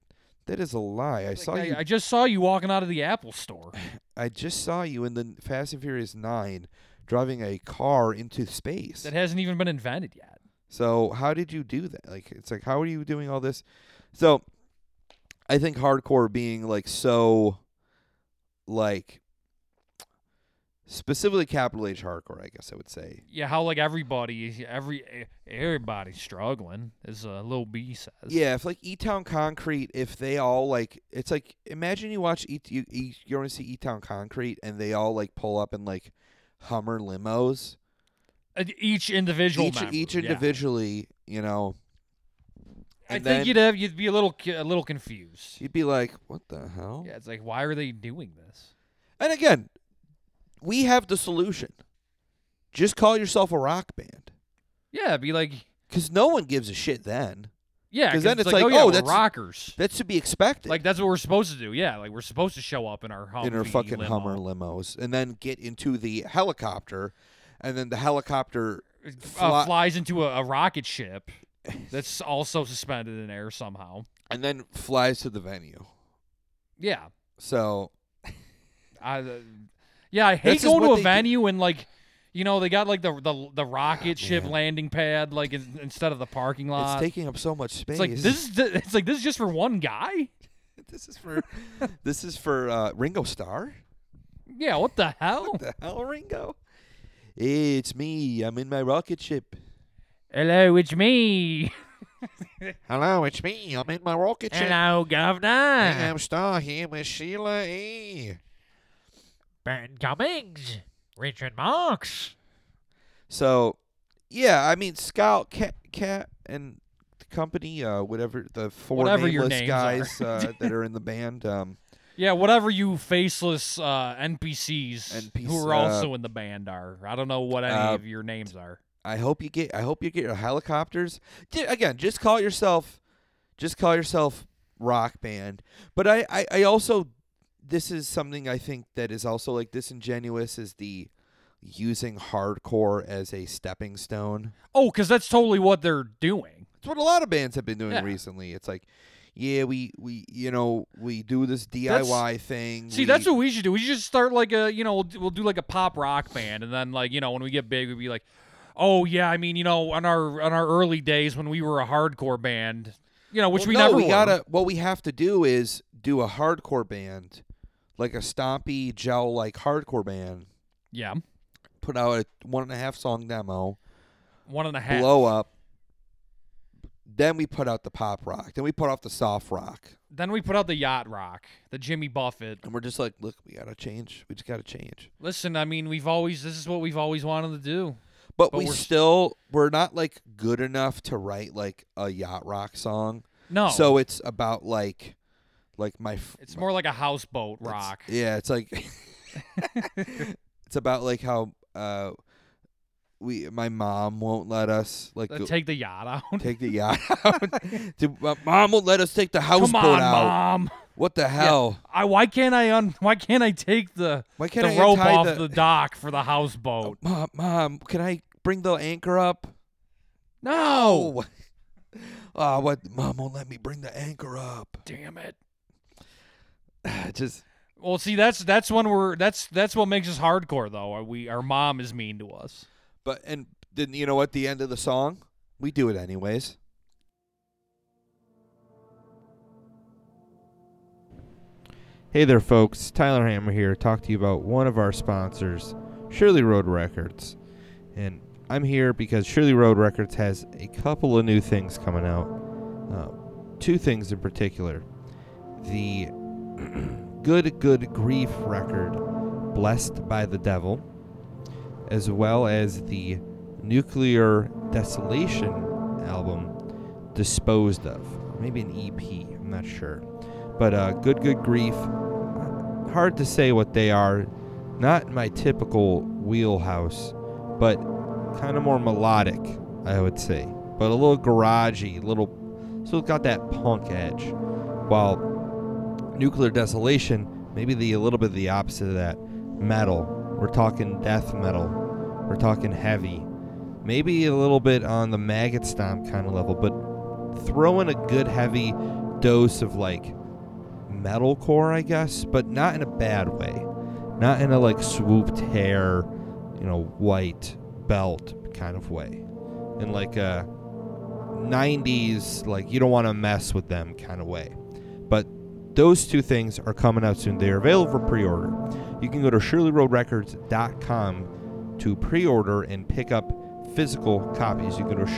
that is a lie. I Like, saw I, you. I just saw you walking out of the Apple Store. I just saw you in the Fast and Furious Nine driving a car into space. that hasn't even been invented yet. So how did you do that? Like it's like how are you doing all this? So I think hardcore being like so like specifically capital H hardcore, I guess I would say. Yeah, how like everybody, every everybody's struggling, as uh, Lil B says. Yeah, if like E Town Concrete, if they all like, it's like imagine you watch E you E, you want to see E Town Concrete, and they all like pull up in like Hummer limos, Uh, each individual, each member, each yeah. individually, you know. I and think then you'd have you'd be a little cu- a little confused. you'd be like, what the hell? Yeah, it's like why are they doing this? And again, we have the solution. Just call yourself a rock band. Yeah, it'd be like Because no one gives a shit then. yeah, 'Cause then it's like, like, oh, yeah, oh, we're that's- rockers. That's to be expected Like that's what we're supposed to do. Yeah, like we're supposed to show up in our Humvee in our fucking limo. Hummer limos and then get into the helicopter. And then the helicopter, Uh, Fly- flies into a, a rocket ship that's also suspended in air somehow. and then flies to the venue. Yeah, So I, uh, yeah, I hate That's just going what to a they do. Oh, venue and like, you know, they got like the the, the rocket ship man. landing pad like in, instead of the parking it's lot. taking up so much space. It's like this is the- it's like this is just for one guy. this is for this is for uh, Ringo Starr. Yeah, what the hell? The hell, Ringo? It's me. I'm in my rocket ship. Hello, it's me. Hello, it's me. I'm in my rocket ship. Hello, I Governor. am Star here with Sheila E. Ben Cummings, Richard Marks. So, yeah, I mean Scout Cat Cat and the company, uh, whatever the four Whatever your nameless names guys uh, that are in the band, um, Yeah, whatever you faceless uh, NPCs NPC, who are uh, also in the band are. I don't know what any uh, of your names are. I hope you get I hope you get your helicopters. Di- Again, just call yourself just call yourself rock band. But I, I, I also this is something I think that is also like disingenuous is the using hardcore as a stepping stone. Oh, because that's totally what they're doing. It's what a lot of bands have been doing Yeah. recently. It's like, yeah, we, we you know, we do this DIY thing. See, we- that's what we should do. We should just start like a, you know, we'll do, we'll do like a pop rock band, and then like, you know, when we get big, we'd be like, oh yeah, I mean, you know, on our on our early days when we were a hardcore band, you know, which Well, we no, never we were. gotta what we have to do is do a hardcore band, like a stompy gel like hardcore band, yeah, put out a one and a half song demo, one and a half. blow up. Then we put out the pop rock. Then we put out the soft rock. Then we put out the yacht rock, the Jimmy Buffett. And we're just like, look, we gotta change. We just gotta change. Listen, I mean, we've always this is what we've always wanted to do. But, But we we're- still we're not like good enough to write like a yacht rock song. No, So it's about like like my f- Oh. it's more like a houseboat it's- rock. yeah, it's like it's about like how uh we my mom won't let us like Then go- take the yacht out. take the yacht out. Dude, my mom won't let us take the houseboat Come on, out. mom. What the hell? I why can't I un why can't I take the Why can't the I rope untie off the, the... dock for the houseboat? mom? Mom, can I bring the anchor up? No, Oh, Ah, what? Mom won't let me bring the anchor up. damn it. Just Well, see, that's that's when we're that's that's what makes us hardcore though. Are we our mom is mean to us. but and then you know what? The end of the song, we do it anyways. Hey there, folks. Tyler Hammer here. Talk to you about one of our sponsors, Shirley Road Records. And I'm here because Shirley Road Records has a couple of new things coming out. Uh, two things in particular the Good Good Grief record, Blessed by the Devil, as well as the Nuclear Desolation album, Disposed of. Maybe an EP, I'm not sure. But uh, Good Good Grief, hard to say what they are. Not my typical wheelhouse, but kind of more melodic, I would say. But a little garagey, little. So it's got that punk edge. While Nuclear Desolation, maybe the a little bit of the opposite of that. Metal. We're talking death metal. We're talking heavy. Maybe a little bit on the maggot stomp kind of level, but throw in a good heavy dose of like metalcore, I guess, but not in a bad way. Not in a like swooped hair, you know, white belt kind of way. In like a 90s, like you don't want to mess with them kind of way. But those two things are coming out soon. They are available for pre-order. You can go to shirleyroadrecords.com to pre-order and pick up physical copies. You can go to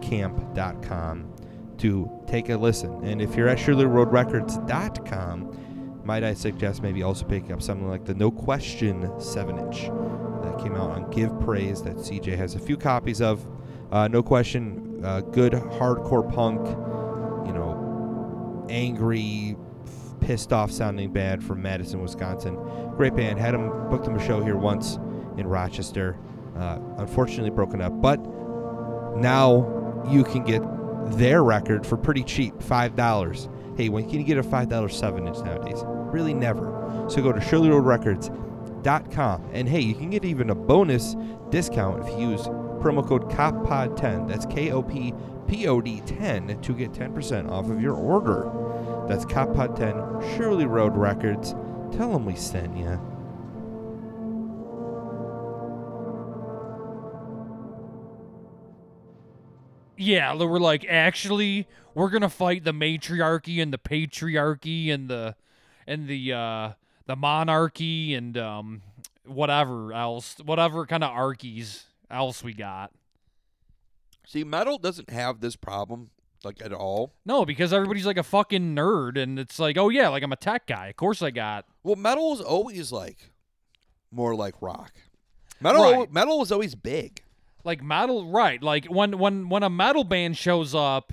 shirleyroadrecords.bandcamp.com to take a listen. And if you're at shirleyroadrecords.com, might I suggest maybe also picking up something like the No Question 7-inch that came out on Give Praise that CJ has a few copies of. Uh, no Question, uh, good hardcore punk, you know, angry, f- pissed off sounding band from Madison, Wisconsin. Great band. Had them booked them a show here once in Rochester. Uh, unfortunately broken up, but now you can get their record for pretty cheap, five dollars. Hey, when can you get a five dollar seven inch nowadays? Really never. So go to ShirleyRoadRecords.com and hey, you can get even a bonus discount if you use promo code COPPOD10. That's K O P P O D 10 to get 10% off of your order. That's Cop Pod 10, Shirley Road Records. Tell them we sent you. Yeah, they were like, actually, we're gonna fight the matriarchy and the patriarchy and the and the uh the monarchy and um whatever else, whatever kind of archies else we got. See, metal doesn't have this problem like at all. No, because everybody's like a fucking nerd, and it's like, oh yeah, like I'm a tech guy. Of course I got. Well, metal is always like more like rock. Metal Right. metal is always big. like metal right like when when when a metal band shows up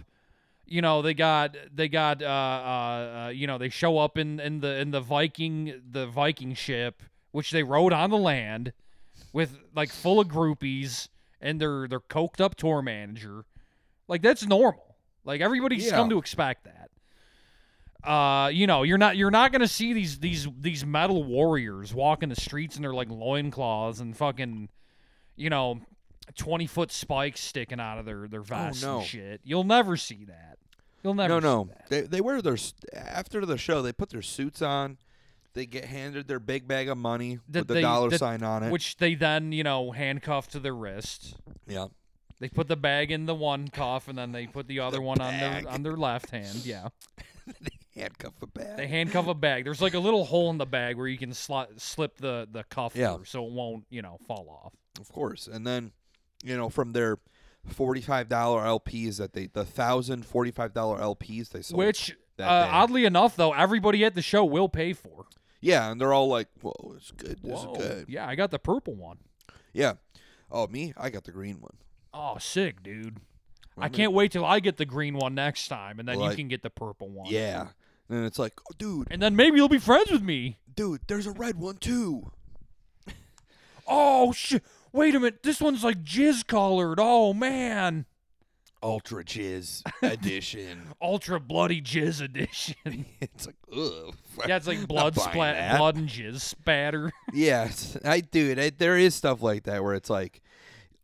you know they got they got uh, uh uh you know they show up in in the in the viking the viking ship which they rode on the land with like full of groupies and their their coked up tour manager like that's normal like everybody's Yeah. come to expect that uh, you know, you're not you're not gonna see these these these metal warriors walking the streets in their like loincloths and fucking, you know, twenty foot spikes sticking out of their their vests Oh, no. and shit. You'll never see that. You'll never. no, no. see that. They they wear their s- after the show. They put their suits on. They get handed their big bag of money That with the they- dollar that- sign on it. Which they then you know handcuff to their wrist. yeah. They put the bag in the one cuff and then they put the other one on bag. their on their left hand. Yeah, Handcuff a bag. they handcuff a bag. There's like a little hole in the bag where you can slot, slip the the cuff Yeah. through so it won't you know fall off. Of course. And then, you know, from their $45 LPs that they, the thousand $45 LPs they sold. Which, uh, that day. oddly enough, though, everybody at the show will pay for. yeah. And they're all like, whoa, it's good. This Whoa. is good. Yeah, I got the purple one. Yeah. Oh, me? I got the green one. Oh, sick, dude. I Remember? can't wait till I get the green one next time, and then you Like- can get the purple one. Yeah. And it's like, oh, dude, And then maybe you'll be friends with me. dude, there's a red one too. Oh, shit. Wait a minute. This one's like jizz colored. Oh, man. Ultra Jizz edition. Ultra bloody jizz edition. it's like, ugh. yeah, it's like Not blood buying splat, that. blood and jizz spatter. Yes, I dude, I, there is stuff like that where it's like,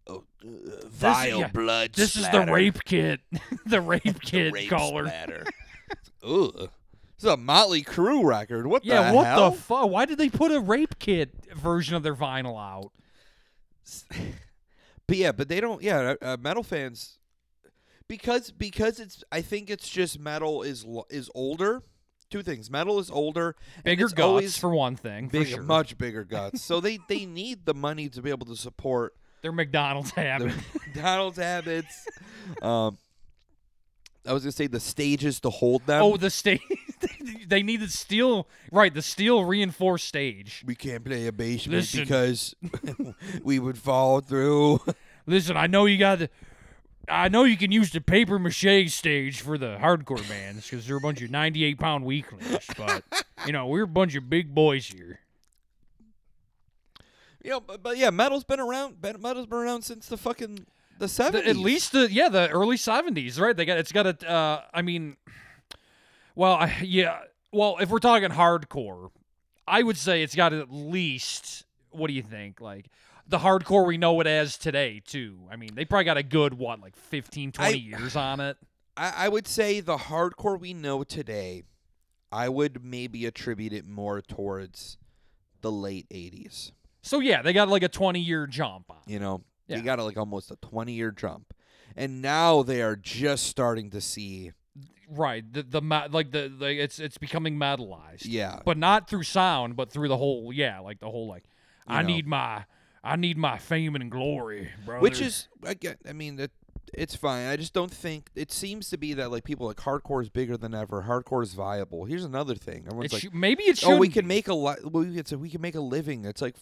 oh, uh, vile yeah, blood. This is the splatter. rape kit. the rape kit rape color. splatter. Ugh. This is a Motley Crue record. What Yeah, the what hell? the fuck? Why did they put a rape kit version of their vinyl out? but yeah, but they don't. Yeah, uh, uh, metal fans, because because it's. I think it's just metal is lo- is older. Two things: metal is older, and Bigger it's guts always for one thing. big, for sure. much bigger guts. so they they need the money to be able to support Their McDonald's habit. the McDonald's habits. Um, I was gonna say the stages to hold them. oh, the stage. they needed steel. Right, the steel reinforced stage. we can't play a basement Listen. because we would fall through. Listen, I know you got the. I know you can use the paper mache stage for the hardcore bands because they're a bunch of 98 pound weaklings, but, you know, we're a bunch of big boys here. You know, but, but yeah, metal's been around. ben- Metal's been around since the fucking the The- seventies. at least the yeah the early 70s right they got it's got a uh i mean well I, yeah well if we're talking hardcore i would say it's got at least what do you think like the hardcore we know it as today too i mean they probably got a good what like 15 20 I- years on it I, I would say the hardcore we know today, I would maybe attribute it more towards the late eighties. so yeah they got like a 20 year jump on it. You know, they Yeah. got like almost a twenty year jump, and now they are just starting to see. right the the ma- like the, the it's it's becoming metalized Yeah, but not through sound, but through the whole yeah, like the whole like You I know. need my I need my fame and glory, bro. which is again, I mean that it's fine. I just don't think it seems to be that like people like hardcore is bigger than ever. Hardcore is viable. Here's another thing. Everyone's it like, shou- maybe it should. oh, we can make a lot. We can, we can make a living. It's like,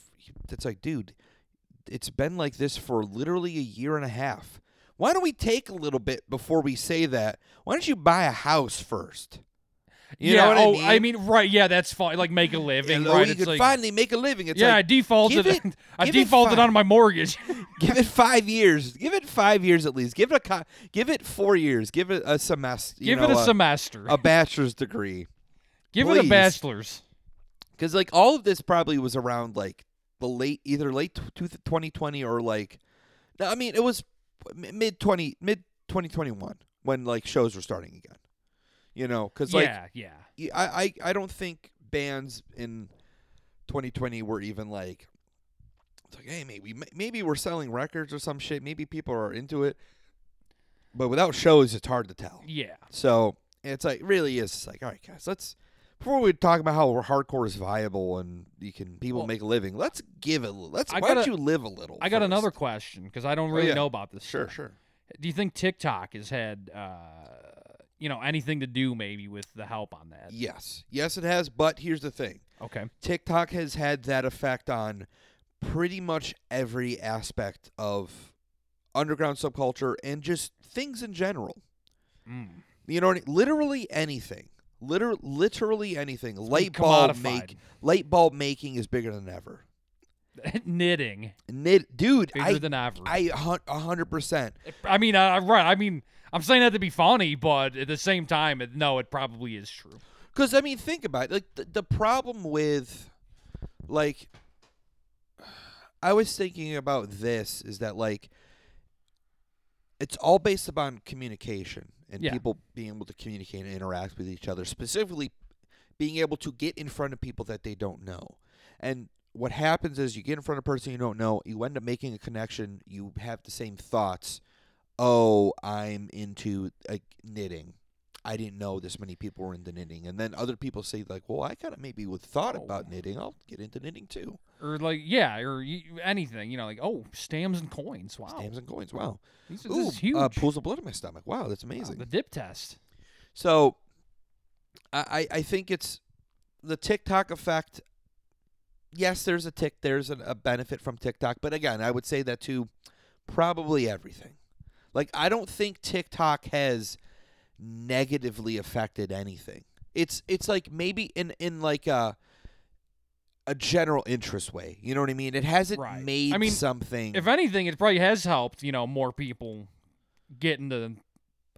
it's like, dude, it's been like this for literally a year and a half. Why don't we take a little bit before we say that? Why don't you buy a house first? You yeah, know what oh, I mean? right? Yeah, that's fine. Like make a living, And, oh, right? you It's could like finally make a living. It's yeah, I like, defaulted. give it- I give it defaulted fi- on my mortgage. give it five years. Give it five years at least. Give it a, co- give it four years. Give it a semester. Give it a, semester. a bachelor's degree. Give it Uh, please. a bachelor's. because like all of this probably was around like the late either late tw- two- 2020 or like no, i mean it was m- mid 20 mid 2021 when like shows were starting again You know, because like yeah, yeah. y- I, I I don't think bands in 2020 were even like it's like hey maybe maybe we're selling records or some shit maybe people are into it but without shows it's hard to tell Yeah. so it's like really is like all right guys let's before we talk about how hardcore is viable and you can people Well, make a living let's give it a li- let's I why got don't a- you live a little I got first? Oh, another question because I don't really yeah. know about this. sure stuff. sure Do you think TikTok has had, uh, you know, anything to do maybe with the help on that? yes yes it has but here's the thing Okay. TikTok has had that effect on pretty much every aspect of underground subculture and just things in general. Mm. You know, what I- literally anything. Liter- literally anything. light been bulb commodified. make light bulb making is bigger than ever. Knitting Knit, dude, bigger I than ever. I, I hun- a hundred percent. mean, I, I- right. I mean, I'm saying that to be funny, but at the same time, it, no, it probably is true. Because I mean, think about it. Like the, the problem with, like, I was thinking about this is that like, it's all based upon communication and Yeah. people being able to communicate and interact with each other. Specifically, being able to get in front of people that they don't know, and what happens is you get in front of a person you don't know, you end up making a connection. You have the same thoughts. Oh, I'm into like knitting. I didn't know this many people were into knitting. And then other people say like, "Well, I kind of maybe would thought Oh. about knitting. I'll get into knitting too." Or like, yeah, or y anything. You know, like, oh, stamps and coins. Wow, Stamps and coins. Wow. These are, Ooh, this is huge. Uh, pulls the blood in my stomach. Wow, that's Wow, amazing. the dip test. So, I I I think it's the TikTok effect. Yes, there's a tick. There's a, a benefit from TikTok, but again, I would say that to probably everything. Like I don't think TikTok has negatively affected anything. It's it's like maybe in in like a a general interest way. You know what I mean? It hasn't Right. I made mean, something. if anything, it probably has helped, you know, more people get into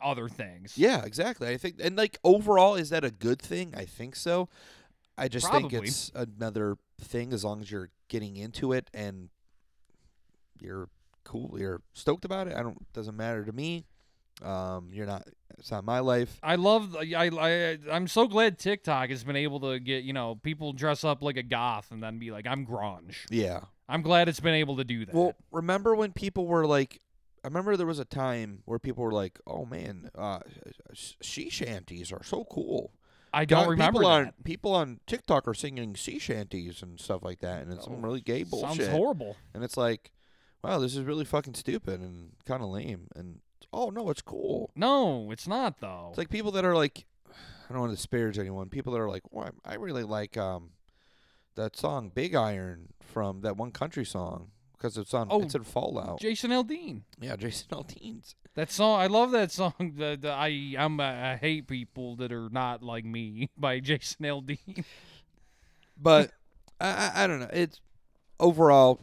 other things. Yeah, exactly. I think, and like overall, is that a good thing? I think so. I just Probably. think it's another thing as long as you're getting into it and you're cool, you're stoked about it. I don't doesn't matter to me. Um, you're not. It's not my life. I love. uh, I, I I'm so glad TikTok has been able to get you know people dress up like a goth and then be like I'm grunge. Yeah. I'm glad it's been able to do that. Well, remember when people were like, I remember there was a time where people were like, "Oh man, uh, s- sea shanties are so cool." I don't God, remember people that. on people on TikTok are singing sea shanties and stuff like that, and it's Oh, some really gay bullshit. Sounds horrible. And it's like, wow, this is really fucking stupid and kind of lame. And oh no, it's cool. No, it's not though. It's like people that are like, I don't want to disparage anyone. People that are like, well, I I really like um, that song Big Iron from that one country song because it's on Oh, it's in Fallout. Jason Aldean. yeah, Jason Aldean's. That song. I love that song. The, the I I'm uh, I hate people that are not like me by Jason Aldean. But I, I I don't know. It's overall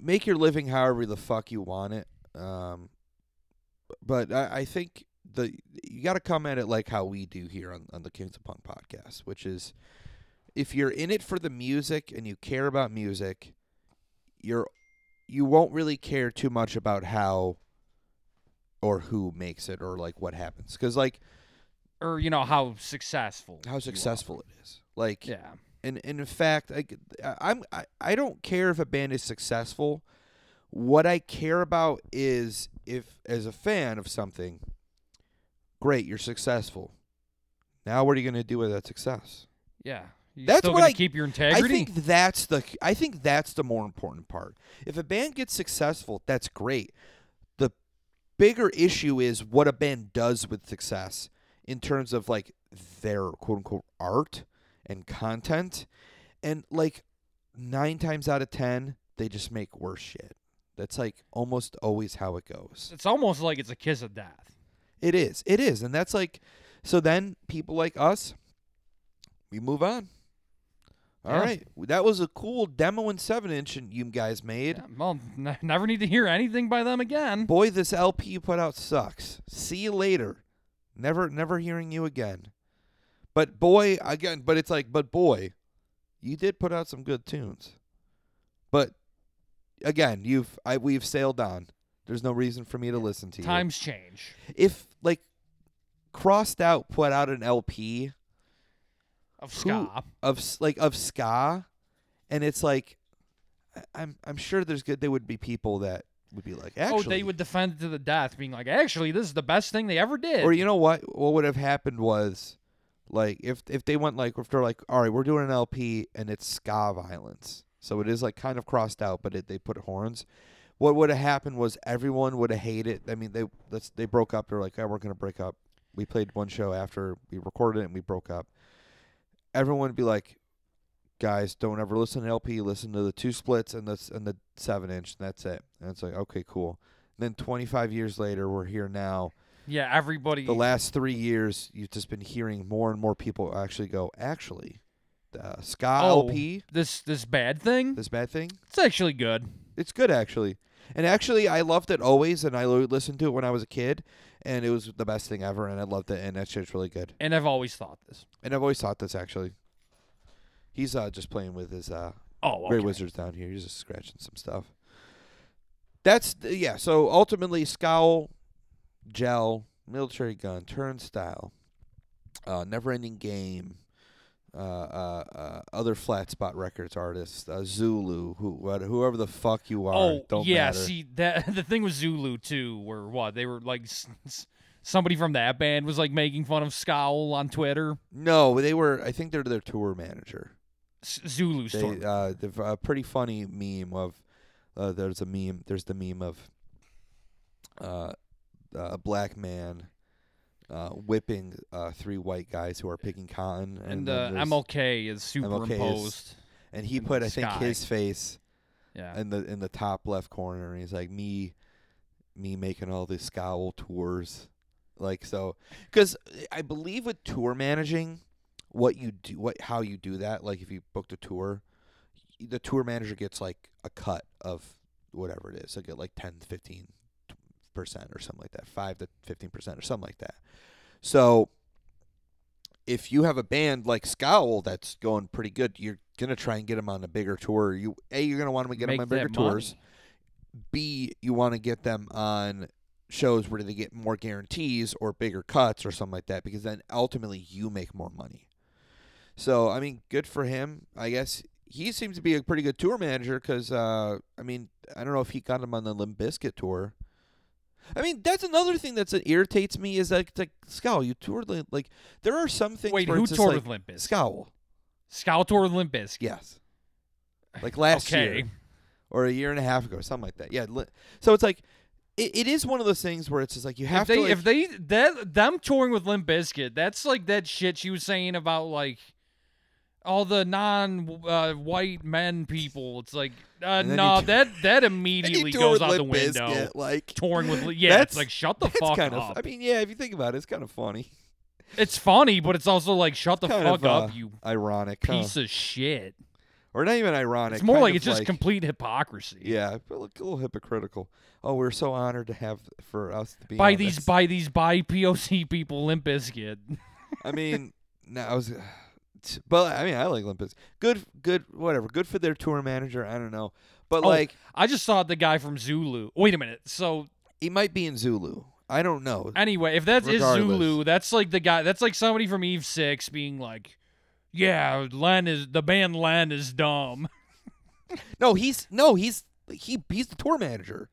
make your living however the fuck you want it. Um, but I, I think the you got to come at it like how we do here on, on the Kings of Punk podcast, which is if you're in it for the music and you care about music, you're you won't really care too much about how or who makes it or like what happens because like or you know how successful. you how are. successful it is like Yeah. and, and in fact, I, I'm I, I don't care if a band is successful. What I care about is if, as a fan of something, great, you're successful. Now, what are you going to do with that success? Yeah. You That's still what gonna I- keep your integrity. I think that's the I think that's the more important part. If a band gets successful, that's great. The bigger issue is what a band does with success in terms of like their quote unquote art and content. And like nine times out of ten, they just make worse shit. That's like almost always how it goes. it's almost like it's a kiss of death. It is. It is. And that's like so then people like us we move on. All Yeah. right. That was a cool demo and 7 inch and you guys made. Yeah, well, n- never need to hear anything by them again. Boy, this LP you put out sucks. See you later. Never never hearing you again. But boy, again, but it's like but boy, you did put out some good tunes. But again, you've I we've sailed on. There's no reason for me to listen to you. Times change. if like Crossed Out put out an LP of Who- ska. Oh, of s- like of ska, and it's like, I- I'm I'm sure there's good. There would be people that would be like, actually, oh, they would defend it to the death, being like, "Actually, this is the best thing they ever did." Or you know what? What would have happened was, like, if if they went like, if they're like, all right, we're doing an LP and it's ska violence, so it is like kind of crossed out, but it, they put horns. What would have happened was everyone would have hated. I mean, they that's they broke up. They're like, oh, we're gonna break up. We played one show after we recorded it and we broke up. Everyone would be like, guys, don't ever listen to LP. Listen to the two splits and the and the seven inch. And that's it. And it's like, okay, cool. Then 25 years later, we're here now yeah, everybody. the last three years, you've just been hearing more and more people actually go, actually, the ska Oh. LP, this this bad thing. this bad thing, It's actually good. it's good actually. And actually, I loved it always, and I lo- listened to it when I was a kid, and it was the best thing ever, and I loved it, and that shit's really good. And I've always thought this. And I've always thought this actually. He's uh, just playing with his uh, Oh, okay. Great Wizards down here. He's just scratching some stuff. That's the, yeah. So ultimately, scowl, gel, military gun, turnstile, uh, never ending game, uh, uh, uh, other flat spot records artists, uh, Zulu, who what, whoever the fuck you are, Oh, don't yeah. matter. See that the thing with Zulu too, where what they were like, s- s- somebody from that band was like making fun of Scowl on Twitter. no, they were. I think they're their tour manager. S- Zulu They, story. uh, they've a pretty funny meme of uh, there's a meme there's the meme of uh, a black man uh, whipping uh, three white guys who are picking cotton, and then uh, there's- MLK MLK is is- superimposed. and he and put I think Sky. his face yeah. in the in the top left corner, and he's like me, me making all these scowl tours, like so, because I believe with tour managing, what you do, what how you do that, like if you booked a tour, the tour manager gets like a cut of whatever it is. They'll get like 10, 15 percent or something like that, five to fifteen percent or something like that. So if you have a band like Scowl that's going pretty good, you're gonna try and get them on a bigger tour. You a you're gonna want to get Make them on that bigger money. tours. B you want to get them on shows where they get more guarantees or bigger cuts or something like that because then ultimately you make more money. So I mean, good for him. I guess he seems to be a pretty good tour manager because uh, I mean I don't know if he got him on the Limp Bizkit tour. I mean that's another thing that's, that irritates me is that like Scowl you toured Lim- like there are some things Wait, where who it's just toured like, with Limp Bizkit? Scowl Scowl toured with Limp Bizkit. yes like last okay. year or a year and a half ago something like that yeah li- so it's like it, it is one of those things where it's just like you have if they to like, if they that them touring with Limp Bizkit, that's like that shit she was saying about like all the non uh, white men people. It's like uh, And then no, you- that that and you immediately tour goes with out the Limp window. Bizkit, like Touring with Li- yeah, That's- it's like shut the that's fuck kind up. of I mean yeah if you think about it it's kind of funny it's funny, but it's also like shut the Kind fuck of, uh, up, you ironic huh? piece of shit. or not even ironic It's more kind like of it's just like, complete hypocrisy. Yeah, a little, a little hypocritical. Oh, we're so honored to have for us to be By on these this. by these by POC people, Limp Bizkit. I mean, no, I was, t- but I mean, I like Limp Bizkit. Good, good, whatever. Good for their tour manager. I don't know, but Oh. like I just saw the guy from Zulu. Wait a minute. So he might be in Zulu. I don't know. Anyway, if that is Regardless. Zulu, that's like the guy. That's like somebody from Eve Six being like, "Yeah, Len is the band. Len is dumb." No, he's no, he's he he's the tour manager.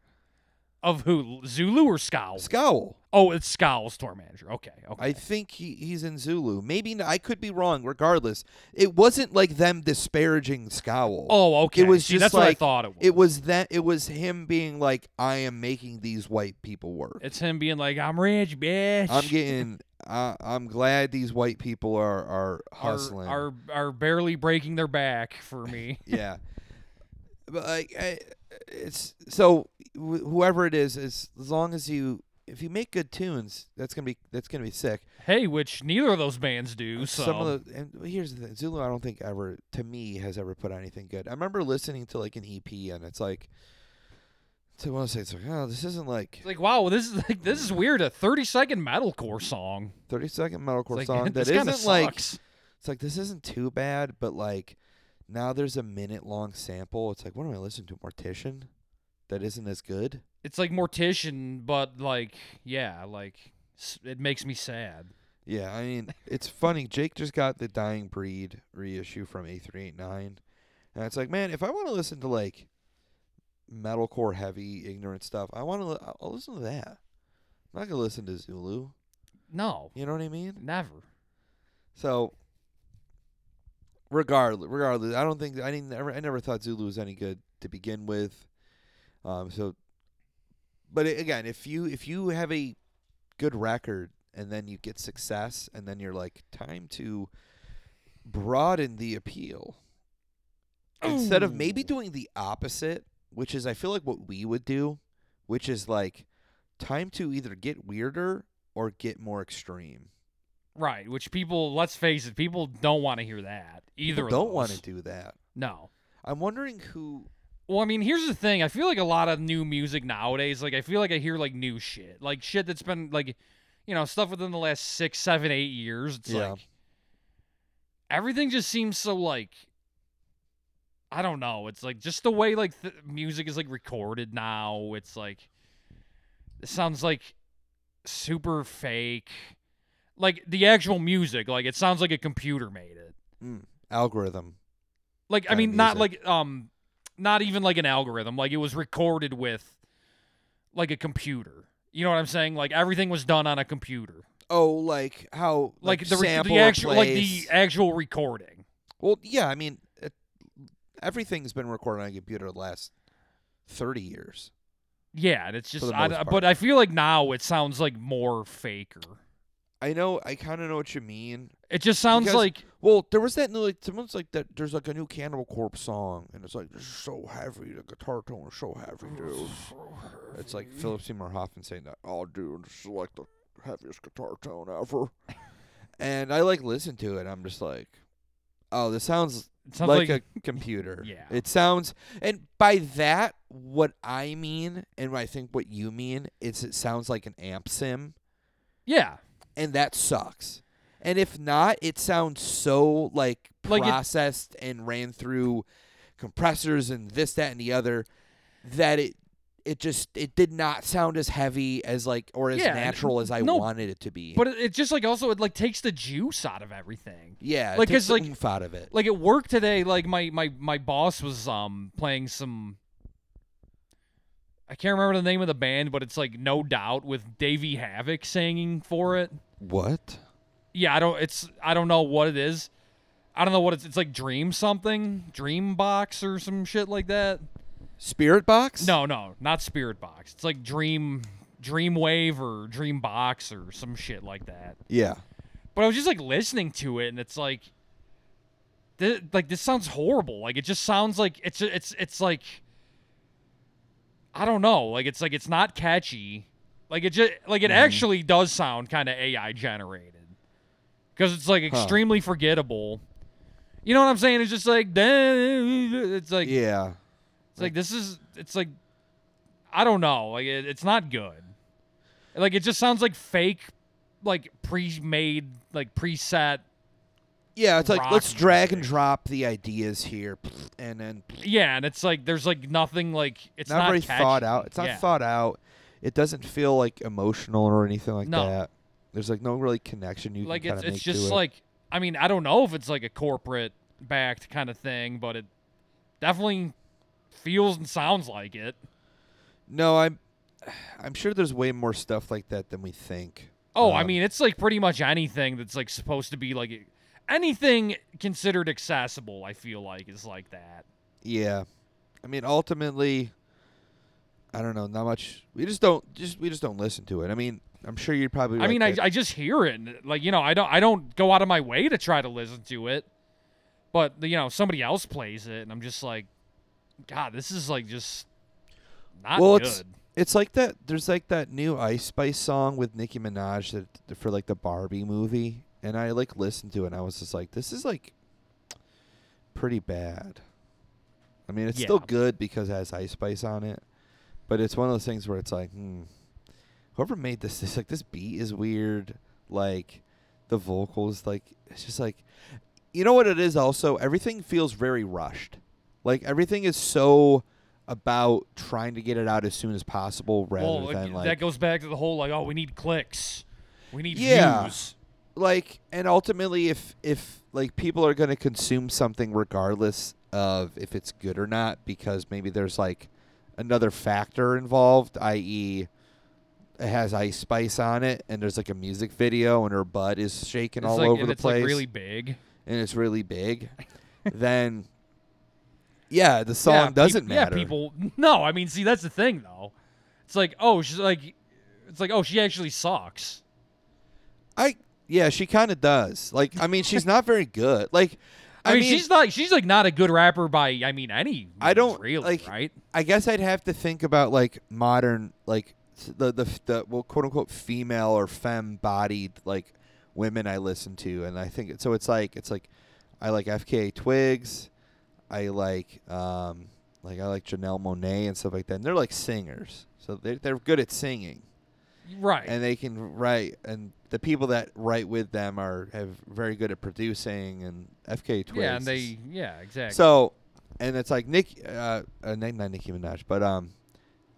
Of who? Zulu or Scowl? Scowl. Oh, it's Scowl's tour manager. Okay, okay. I think he, he's in Zulu. Maybe n I I could be wrong. Regardless, it wasn't like them disparaging Scowl. oh, okay. It was See, just that's like what I thought it was. It was that it was him being like, I am making these white people work. It's him being like, "I'm rich, bitch. I'm getting. I I'm glad these white people are are hustling. Are, are are barely breaking their back for me." Yeah, but like I, it's so wh- whoever it is, as as long as you if you make good tunes, that's gonna be that's gonna be sick. hey, which neither of those bands do. So Some of the and here's the thing, Zulu. I don't think ever to me has ever put out anything good. I remember listening to like an EP and it's like. To want to say it's like oh this isn't like it's like, wow, this is like this is weird. A 30 second metalcore song. thirty second metalcore It's like, song that this kinda isn't like sucks. It's like this isn't too bad, but like now there's a minute long sample. It's like what am I listening to? Mortician, that isn't as good. it's like mortician but like yeah like S- It makes me sad. Yeah, I mean, it's funny. Jake just got the Dying Breed reissue from A389. And it's like, man, if I want to listen to like metalcore heavy ignorant stuff, I want to li- I'll listen to that. I'm not going to listen to Zulu. No, You know what I mean? never. So regardless, regardless, I don't think I didn't ever I never thought Zulu was any good to begin with. Um so but a- again, if you if you have a good record and then you get success and then you're like time to broaden the appeal instead of maybe Ooh. doing the opposite, which is I feel like what we would do, which is like time to either get weirder or get more extreme. Right, which people, let's face it, people don't want to hear that. Either People of don't those. want to do that. No. I'm wondering who. Well, I mean, here's the thing. I feel like a lot of new music nowadays, like I feel like I hear like new shit, like shit that's been like, you know, stuff within the last six, seven, eight years. It's Yeah. like everything just seems so like, I don't know. It's like just the way like th- music is like recorded now. It's like it sounds like super fake. Like the actual music, like it sounds like a computer made it. Algorithm. like I kind of mean, not like um, not even like an algorithm. Like it was recorded with like a computer. You know what I'm saying? Like everything was done on a computer. Oh, like how Like, like, the re- sample the actual like the replace. actual recording. well, yeah. I mean, it, everything's been recorded on a computer the last thirty years. Yeah, and it's just the I, most but part. I feel like now it sounds like more faker. I know. I kind of know what you mean. It just sounds Because- like Well, there was that new like someone's like that. There's like a new Cannibal Corpse song, and it's like this is so heavy. The guitar tone is so heavy, Oh, dude. It's like Philip Seymour Hoffman saying that. Oh, dude, this is like the heaviest guitar tone ever. and I like listen to it. I'm just like, oh, this sounds it sounds like, like, a computer. Yeah. It sounds and by that what I mean and what I think what you mean is it sounds like an amp sim yeah, and that sucks. And if not, it sounds so like Like it- processed and ran through compressors and this that and the other that it it just it did not sound as heavy as like or as Yeah, and- natural as I no, wanted it to be. but it, it just like also it like takes the juice out of everything. yeah, like, it takes 'cause, the like- oomph out of it. like at work today like my my my boss was um playing some I can't remember the name of the band but it's like No Doubt with Davey Havoc singing for it. What? Yeah, I don't it's I don't know what it is. I don't know what it's it's like Dream something, Dream Box or some shit like that. Spirit box? No, no, not Spirit Box. It's like Dream Dreamwave or Dream Box or some shit like that. Yeah. But I was just like listening to it, and it's like, th- like this sounds horrible. Like it just sounds like it's it's it's like, I don't know. Like it's like it's not catchy. Like it just like it actually does sound kind of AI generated, because it's like extremely forgettable. You know what I'm saying? It's just like it's like Yeah. it's like this is it's like I don't know. Like it, it's not good. Like it just sounds like fake, like pre-made, like preset. Yeah, it's like rock let's drag and music. drop the ideas here, and then Yeah, and it's like there's like nothing like it's not, not, very catchy. thought out. It's not Yeah. thought out. It doesn't feel like emotional or anything like No. that. There's like no really connection you Like can it's kind of it's make just to like I mean I don't know if it's like a corporate backed kind of thing, but it definitely feels and sounds like it. it. No, I'm I'm sure there's way more stuff like that than we think. Oh, I Um, mean it's like pretty much anything that's like supposed to be like anything considered accessible. I feel like is like that. Yeah, I mean ultimately, I don't know. Not much. We just don't just we just don't listen to it. I mean, I'm sure you'd probably. I mean, I, like that- I just hear it. and, Like you know, I don't I don't go out of my way to try to listen to it, but you know, somebody else plays it, and I'm just like, God, this is like just not Well, good. it's- it's like that. There's like that new Ice Spice song with Nicki Minaj that for like the Barbie movie, and I like listened to it. and I was just like, this is like pretty bad. I mean, it's still Yeah. good because it has Ice Spice on it, but it's one of those things where it's like, hmm, whoever made this, this like this beat is weird. Like the vocals, like it's just like, you know what it is. Also, everything feels very rushed. Like everything is so about trying to get it out as soon as possible rather Well, than like, like that goes back to the whole like, oh, we need clicks. We need Yeah. views. like and ultimately if if like people are going to consume something regardless of if it's good or not because maybe there's like another factor involved i.e. it has ice spice on it and there's like a music video and her butt is shaking it's all like, over and the it's place like really big. and it's really big then yeah the song yeah, peop- doesn't Yeah, matter people. No, I mean, see, that's the thing though. It's like, oh, she's like, it's like, oh, she actually sucks. i yeah she kind of does like i mean she's not very good like I, mean, she's not. She's like not a good rapper by. I mean, any. I means, don't- really like- right. I guess I'd have to think about like modern, like s- the the the well, quote unquote female or femme bodied like women I listen to, and I think so. It's like it's like I like FKA Twigs, I like um like I like Janelle Monet and stuff like that. And they're like singers, so they they're good at singing Right. and they can write. And the people that write with them are have very good at producing and FKA Twigs. yeah, and is- they. Yeah, exactly. so, and it's like Nick, uh, uh, Nick- not Nicki Minaj, but um,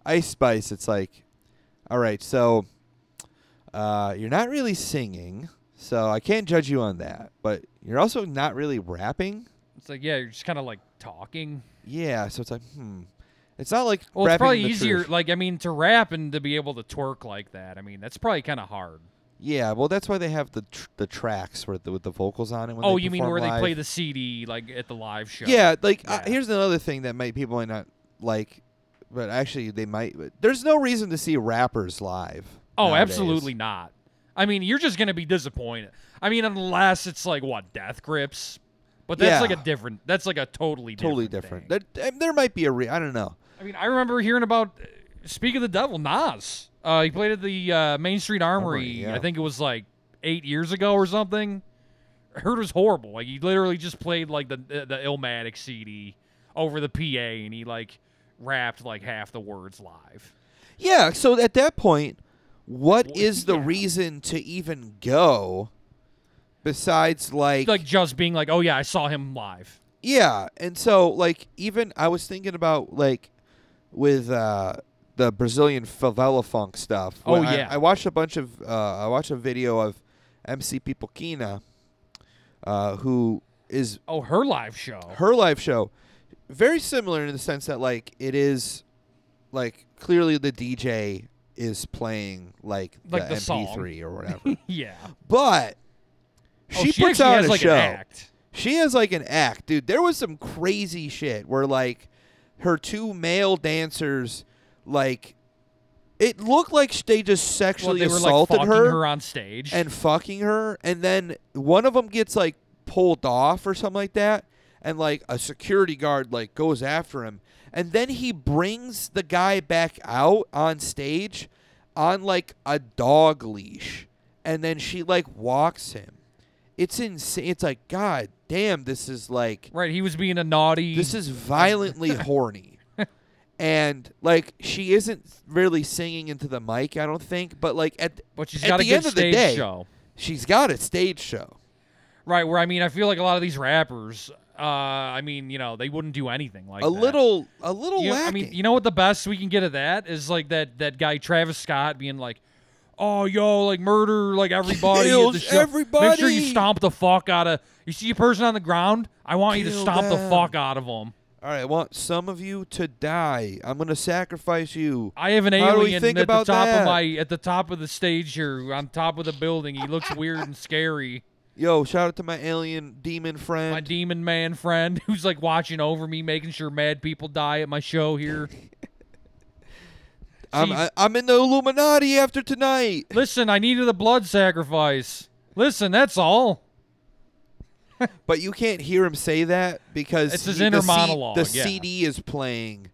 Ice Spice. It's like, all right, so uh, you're not really singing, so I can't judge you on that. But you're also not really rapping. it's like, yeah, you're just kind of like talking. Yeah, so it's like, hmm, it's not like Well, it's rapping probably the easier. truth. Like, I mean, to rap and to be able to twerk like that. I mean, that's probably kind of hard. yeah, well, that's why they have the tr- the tracks where the, with the vocals on it. When oh, they you mean perform where they live. play the CD like at the live show? Yeah, like Uh, Yeah. here's another thing that might people might not like, but actually they might. But there's no reason to see rappers live. Oh, nowadays. absolutely not. I mean, you're just gonna be disappointed. I mean, unless it's like what death grips, but that's like Yeah. a different. That's like a totally different Totally different. thing. There, eh, there might be a re- I don't know. I mean, I remember hearing about. uh, Speak of the devil, Nas. Uh, he played at the uh, Main Street Armory. Armory, yeah. I think it was like eight years ago or something. I heard it was horrible. Like he literally just played like the the, the Illmatic CD over the PA, and he like rapped like half the words live. Yeah. So at that point, what Well, is the yeah. reason to even go? Besides, Like just being like, "Oh yeah, I saw him live." Yeah, and so like even I was thinking about like with uh the Brazilian favela funk stuff. Oh, When I- yeah. I, watched a bunch of uh, I watched a video of MC Pipoquina, uh, who is Oh, her live show. her live show, very similar in the sense that like it is, like clearly the DJ is playing like, Like the song. MP3 or whatever, Yeah. but Oh, she, puts actually out has, a like, show. An act. She has like an act, dude. There was some crazy shit where like her two male dancers, like it looked like sh- they just Well, sexually they were like assaulted fucking her, her, on stage. and fucking her, and then one of them gets like pulled off or something like that, and like a security guard like goes after him, and then he brings the guy back out on stage on like a dog leash, and then she like walks him. It's insane. It's like God damn, this is like right, he was being a naughty. this is violently horny. And like she isn't really singing into the mic, I don't think, but like at but she's at got a the good end of the stage day- show. she's got a stage show. Right, where I mean, I feel like a lot of these rappers, uh, I mean, you know, they wouldn't do anything like a that. little, a little You know- I lacking. mean, you know what the best we can get of that is like that that guy Travis Scott being like, "Oh, yo, like murder, like everybody, at the Kills show. Make sure you everybody." stomp the fuck out of. You see a person on the ground, I want you to Kill stomp the them. fuck out of them. All right, I want some of you to die. I'm gonna sacrifice you. I have an How do we alien think at about the top that? of my at the top of the stage here, on top of the building. He looks weird and scary. Yo, shout out to my alien demon friend. My demon man friend who's like watching over me, making sure mad people die at my show here. I'm, Jeez. I, I'm in the Illuminati after tonight. Listen, I needed a blood sacrifice. Listen, that's all. But you can't hear him say that because It's his he- the inner C- monologue, The yeah. CD is playing,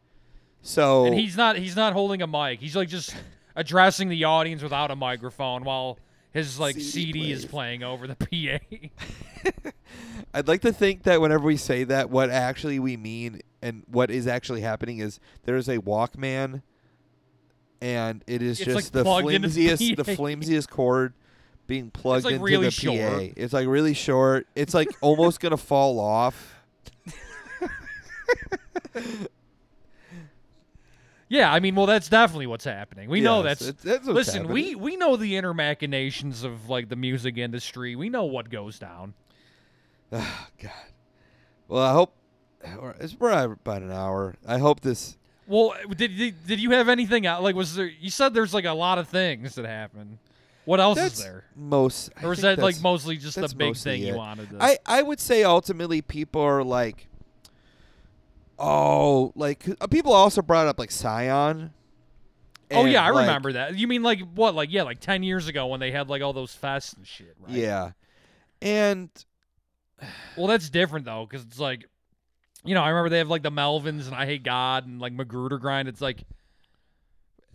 so And he's not he's not holding a mic. He's like just addressing the audience without a microphone while his like CD CD, is plays. playing over the PA. I'd like to think that whenever we say that, what actually we mean and what is actually happening is there is a Walkman, and it is It's, just like, the plugged into the flimsiest, the, PA. flimsiest cord being plugged like, into really the short. PA. It's like really short. It's like almost gonna fall off. Yeah, I mean, well, that's definitely what's happening. We know Yes, that's. it- that's what's listen, happening. we we know the inner machinations of like the music industry. We know what goes down. Oh, God. Well, I hope or it's we're at about an hour. I hope this. Well, did did, did you have anything out? Like, was there? You said there's like a lot of things that happen. What else That's is there? most. I Or is think that like that's- mostly just the that's big mostly thing you it. wanted? To, I I would say ultimately people are like, oh, like uh, people also brought up like Scion. oh and, yeah, I like, remember that. You mean like what? Like yeah, like ten years ago when they had like all those fests and shit. Right? Yeah, and Well, that's different though, because it's like, you know, I remember they have like the Melvins and I Hate God and like Magruder Grind. It's like,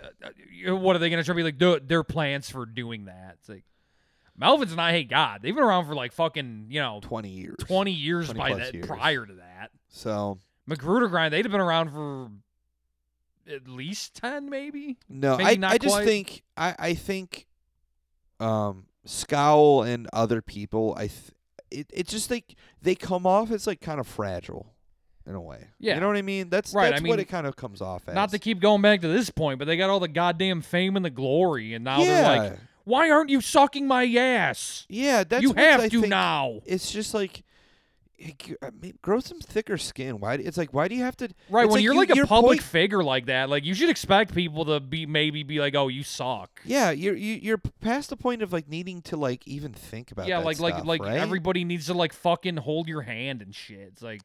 uh, uh, what are they gonna try to be like? do- Their plans for doing that? It's like Melvins and I Hate God. They've been around for like fucking you know twenty years. twenty years 20 by plus that years. prior to that. So Magruder Grind. They'd have been around for at least ten, maybe. no, Maybe I not I just quite. think I I think, um, Scowl and other people I. Th- it, it's just like they come off as like kind of fragile in a way. Yeah. You know what I mean? That's Right, I that's what mean, it kind of comes off as. Not to keep going back to this point, but they got all the goddamn fame and the glory, and now yeah. they're like, "Why aren't you sucking my ass? yeah, that's you what have I to think now." it's just like it g- I mean, grow some thicker skin. Why? d- It's like why do you have to? Right, it's when you're you- like a your public Point, figure like that, like you should expect people to be maybe be like, "Oh, you suck." yeah, you're you, you're p- past the point of like needing to like even think about. yeah, that like stuff, like like right? everybody needs to like fucking hold your hand and shit. It's like,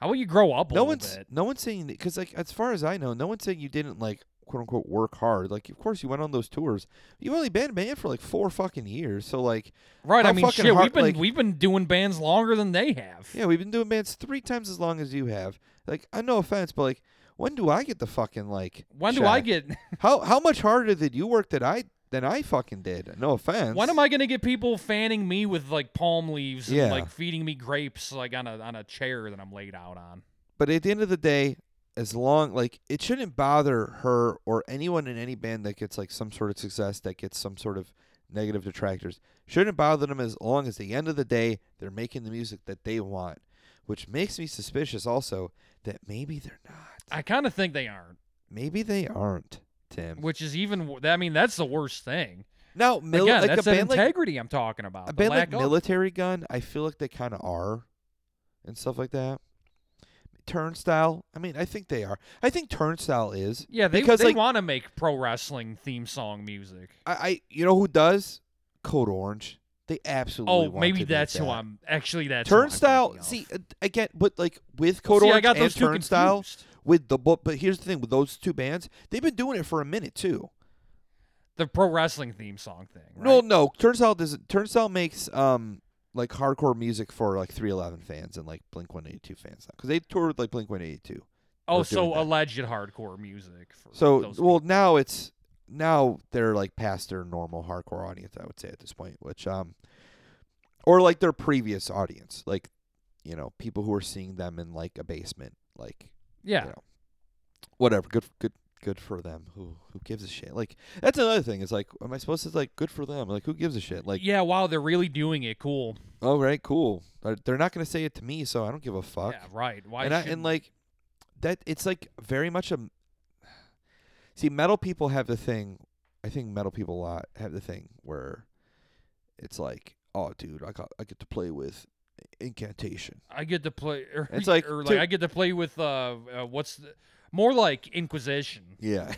how about you grow up a No little one's bit? no one's saying because like as far as I know, no one's saying you didn't like quote unquote work hard. Like of course you went on those tours. You've only been banned for like four fucking years. So like Right, I how mean, fucking shit, we've hard- been like- we've been doing bands longer than they have. yeah, we've been doing bands three times as long as you have. Like I no offense, but like when do I get the fucking like When do I check? get? How how much harder did you work that I than I fucking did? No offense. When am I gonna get people fanning me with like palm leaves and Yeah. like feeding me grapes like on a on a chair that I'm laid out on? But at the end of the day, as long like it shouldn't bother her or anyone in any band that gets like some sort of success that gets some sort of negative detractors shouldn't bother them as long as the end of the day they're making the music that they want, which makes me suspicious also that maybe they're not. I kind of think they aren't, Maybe they aren't. Tim. which is even. wo- I mean, that's the worst thing. Now, mil- Again, like that's a that band like integrity I'm talking about. a the band like lack of- Military Gun, I feel like they kind of are, and stuff like that. Turnstile, I mean, I think they are. I think Turnstile is. Yeah, they, because, they like- want to make pro wrestling theme song music. I, I you know who does? Code Orange. They absolutely. Oh, want maybe to do that's that. who I'm actually. That's who I'm Turnstile. thinking of. See, uh, again, but like with Code See, Orange I got and those two Turnstile, confused. with the book. But here's the thing: with those two bands, they've been doing it for a minute too. The pro wrestling theme song thing. Right? No, no, Turnstile does. Turnstile makes um like hardcore music for like 311 fans and like Blink 182 fans because they toured with like Blink 182. oh, we're doing so that. alleged hardcore music. For So those well people. now it's now they're like past their normal hardcore audience, I would say at this point, which um or like their previous audience, like you know, people who are seeing them in like a basement, like yeah, you know, whatever. Good good good for them. Who who gives a shit? Like that's another thing. It's like am I supposed to like good for them? Like who gives a shit? Like yeah. Wow, they're really doing it. Cool. oh right, cool. They're- They're not going to say it to me, so I don't give a fuck Yeah, right. Why? and I, shouldn't- and like that it's like very much a see metal people have the thing i think metal people a lot have the thing where it's like oh dude i got i get to play with incantation I get to play. Or, It's like, or like dude- I get to play with uh, uh what's the, more like Inquisition. yeah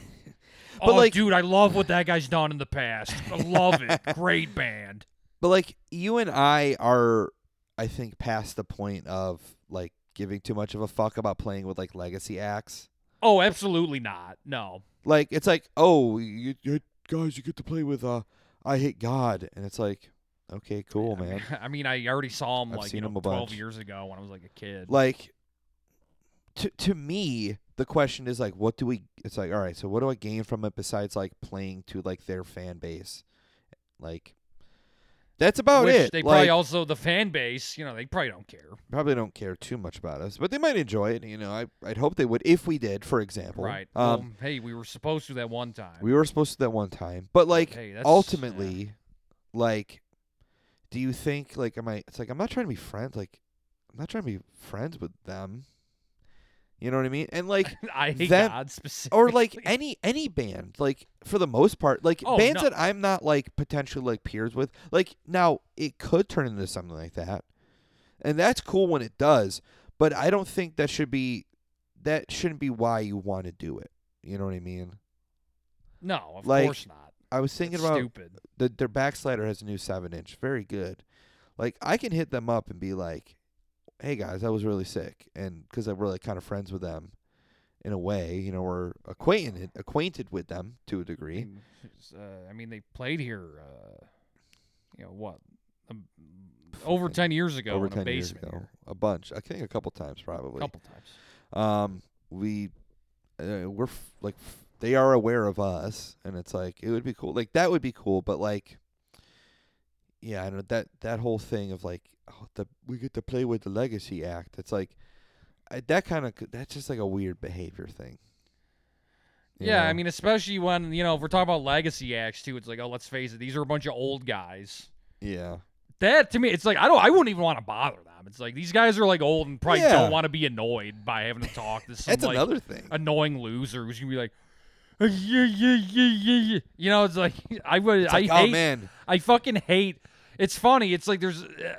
But, oh, like- dude, I love what that guy's done in the past. I love it. Great band. but like you and i are i think past the point of like giving too much of a fuck about playing with like legacy acts Oh, absolutely not. No. like it's like oh you, you guys you get to play with uh i hate god and it's like okay cool I mean- man I mean, I already saw him I've like you seen know him a twelve bunch. years ago when I was like a kid. like to to me the question is like what do we it's like all right so what do i gain from it besides like playing to like their fan base like that's about Which it They like, probably also the fan base. You know, they probably don't care. probably don't care too much about us but they might enjoy it you know I, i'd hope they would if we did for example Right. um Well, hey, we were supposed to that one time. we were supposed to that one time but like Hey, that's- ultimately like do you think like am i it's like i'm not trying to be friends like i'm not trying to be friends with them You know what I mean? And like I hate That- God specifically. or like any any band like for the most part like Oh, bands no. that i'm not like potentially like peers with like now it could turn into something like that and that's cool when it does but i don't think that should be that shouldn't be why you want to do it you know what i mean no, of like, course not. i was thinking That's about stupid. the, their backslider has a new seven inch very good like i can hit them up and be like hey guys that was really sick and because i'm really kind of friends with them in a way you know we're acquainted acquainted with them to a I degree mean, it's, uh, I mean, they played here. Uh, you know what? Um, over Fucking ten years ago over in a 10 years basement ago. here, A bunch. I think a couple times probably. a couple times. Um we uh, we're f- like f- they are aware of us and it's like it would be cool. Like that would be cool, but like yeah, I know that that whole thing of like oh, the we get to play with the legacy act. It's like I, that kind of that's just like a weird behavior thing. You Yeah, I know? mean, especially when you know if we're talking about legacy acts too, it's like, oh, let's face it, these are a bunch of old guys. yeah. That to me, it's like I don't, I wouldn't even want to bother them. It's like these guys are like old and probably Yeah. don't want to be annoyed by having to talk to some That's like another thing. annoying loser who's gonna be like, "Uh, yeah, yeah, yeah, yeah, yeah. You know, it's like I would, It's I like, hate, oh man, I fucking hate. It's funny. It's like there's. Uh,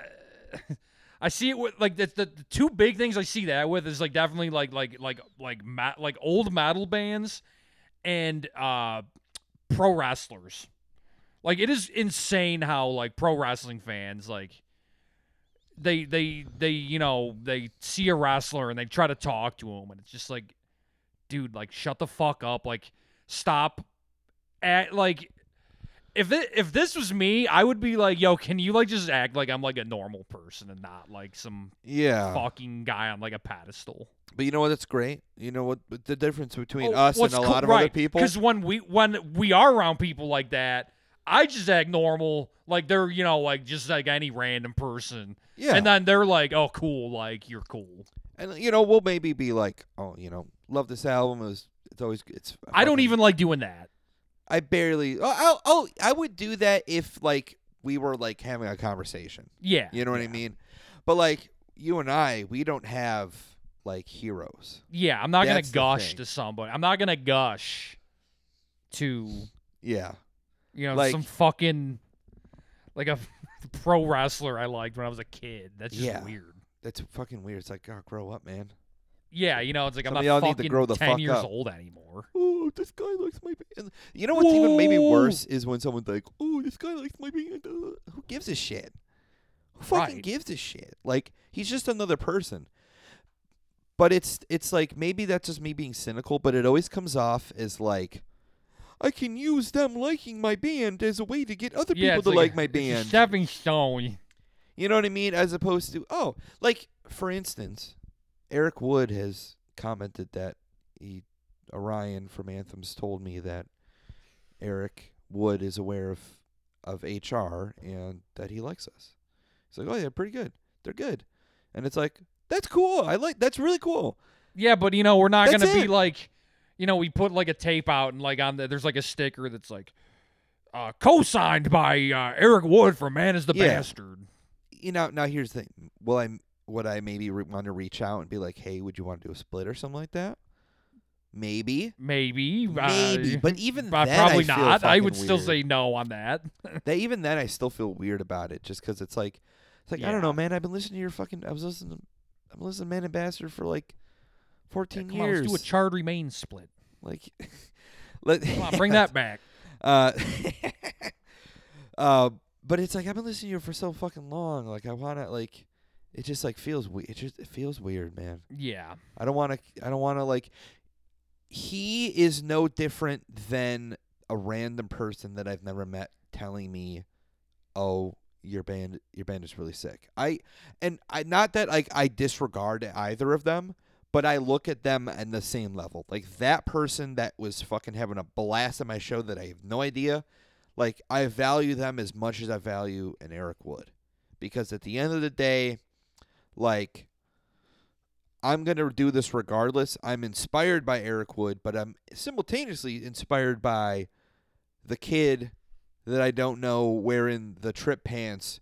I see it with like the, the, the two big things I see that with is like definitely like like like like ma- like old metal bands and uh pro wrestlers. Like it is insane how like pro wrestling fans like they they they you know they see a wrestler and they try to talk to him and it's just like dude like shut the fuck up like stop at like if it, if this was me I would be like yo can you like just act like I'm like a normal person and not like some yeah. fucking guy on like a pedestal But you know what? That's great. You know what? But the difference between Oh, us and what's a cool- lot of other right, people. Because when we when we are around people like that, I just act normal, like they're you know like just like any random person, Yeah. and then they're like, oh cool, like you're cool. and you know we'll maybe be like oh you know love this album it was it's always it's I don't fucking- even like doing that. i barely oh, oh oh i would do that if like we were like having a conversation Yeah, you know what i mean but like you and i we don't have like heroes yeah. I'm not That's the gonna gush thing. to somebody. I'm not gonna gush to yeah you know Like- some fucking like a pro wrestler I liked when I was a kid. That's just Yeah. weird. that's fucking weird it's like oh grow up man Yeah, you know, it's like Some of I'm y'all not need to fucking grow the ten fuck years up. old anymore. oh this guy likes my band you know what's even maybe Whoa. worse is when someone's like oh this guy likes my band uh, who gives a shit who fucking Right. gives a shit like he's just another person but it's it's like maybe that's just me being cynical, but it always comes off as like I can use them liking my band as a way to get other yeah, people it's to like, a- my it's a band. stepping stone. you know what I mean? As opposed to oh, like for instance, Eric Wood has commented that he Orion from Anthems told me that Eric Wood is aware of of HR and that he likes us. He's like, "Oh yeah, pretty good. They're good." And it's like, "That's cool. I like that's really cool." Yeah, but you know, we're not That's gonna be it. like, you know, we put like a tape out and like on the there's like a sticker that's like, uh, co-signed by uh, Eric Wood from Man Is the Yeah. Bastard. you know now here's the thing will i would i maybe re- want to reach out and be like hey would you want to do a split or something like that maybe Maybe, maybe uh, but even but then, probably I feel not. I fucking would still weird. say no on that. that even then i still feel weird about it just because it's like it's like i don't know Yeah. man i've been listening to your fucking i was listening to i've been listening to man ambassador for like 14 Come on, years let's do a charred remain split. like let Come on, bring that back. uh, uh, but it's like I've been listening to you for so fucking long. Like I wanna like, it just like feels weird. It just it feels weird, man. Yeah, I don't wanna. I don't wanna like. He is no different than a random person that I've never met telling me, "Oh, your band, your band is really sick." I and I not that like I disregard either of them. But I look at them at the same level. Like that person that was fucking having a blast at my show that I have no idea. Like I value them as much as I value an Eric Wood. Because at the end of the day, like I'm going to do this regardless. I'm inspired by Eric Wood, but I'm simultaneously inspired by the kid that I don't know wearing the trip pants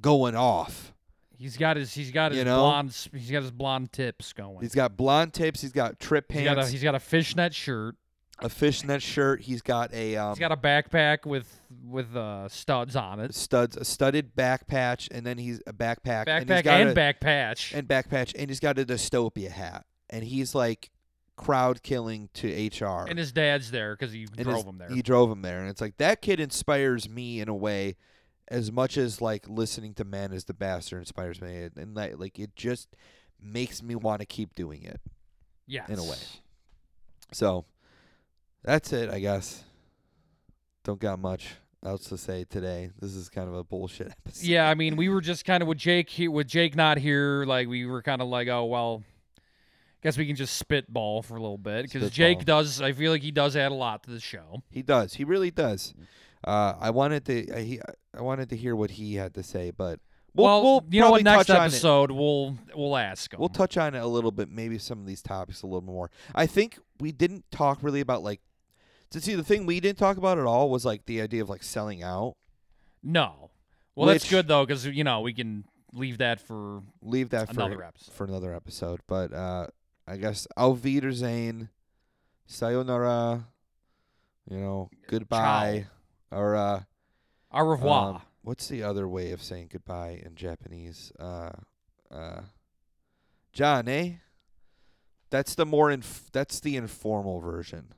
going off. He's got his he's got his You know? blonde s- he's got his blonde tips going. He's got blonde tips. He's got trip he's got a pants, he's got a fishnet shirt. a fishnet shirt. He's got a um, He's got a backpack with with uh, studs on it. studs, a studded back patch, and then he's a backpack, and he's Backpack got and a, back patch. and back patch, and he's got a dystopia hat, and he's like crowd killing to HR. And his dad's there because he And drove his- him there. He drove him there, and it's like that kid inspires me in a way, as much as like listening to "Man Is the Bastard" inspires me, and, and like, like it just makes me want to keep doing it. yes. in a way. So that's it, I guess. Don't got much else to say today. This is kind of a bullshit episode. Yeah, I mean, we were just kind of with Jake he, with Jake not here, like we were kind of like, oh well, guess we can just spitball for a little bit because Jake does. I feel like he does add a lot to the show. He does. He really does. Mm. Uh, I wanted to. I, he, I wanted to hear what he had to say, but we'll, well, we'll you know what? probably Next touch on it. episode, we'll we'll ask him. We'll touch on it a little bit, maybe some of these topics a little more. I think we didn't talk really about like to see the thing we didn't talk about at all was like the idea of like selling out. no. Well, that's Which- good though because you know we can leave that for Leave that for another episode. for another episode. But uh, I guess Auf Wiedersehen, Sayonara, you know, goodbye, or uh, Au revoir. um, what's the other way of saying goodbye in Japanese? Uh, uh, John, eh? That's the more inf- that's the informal version.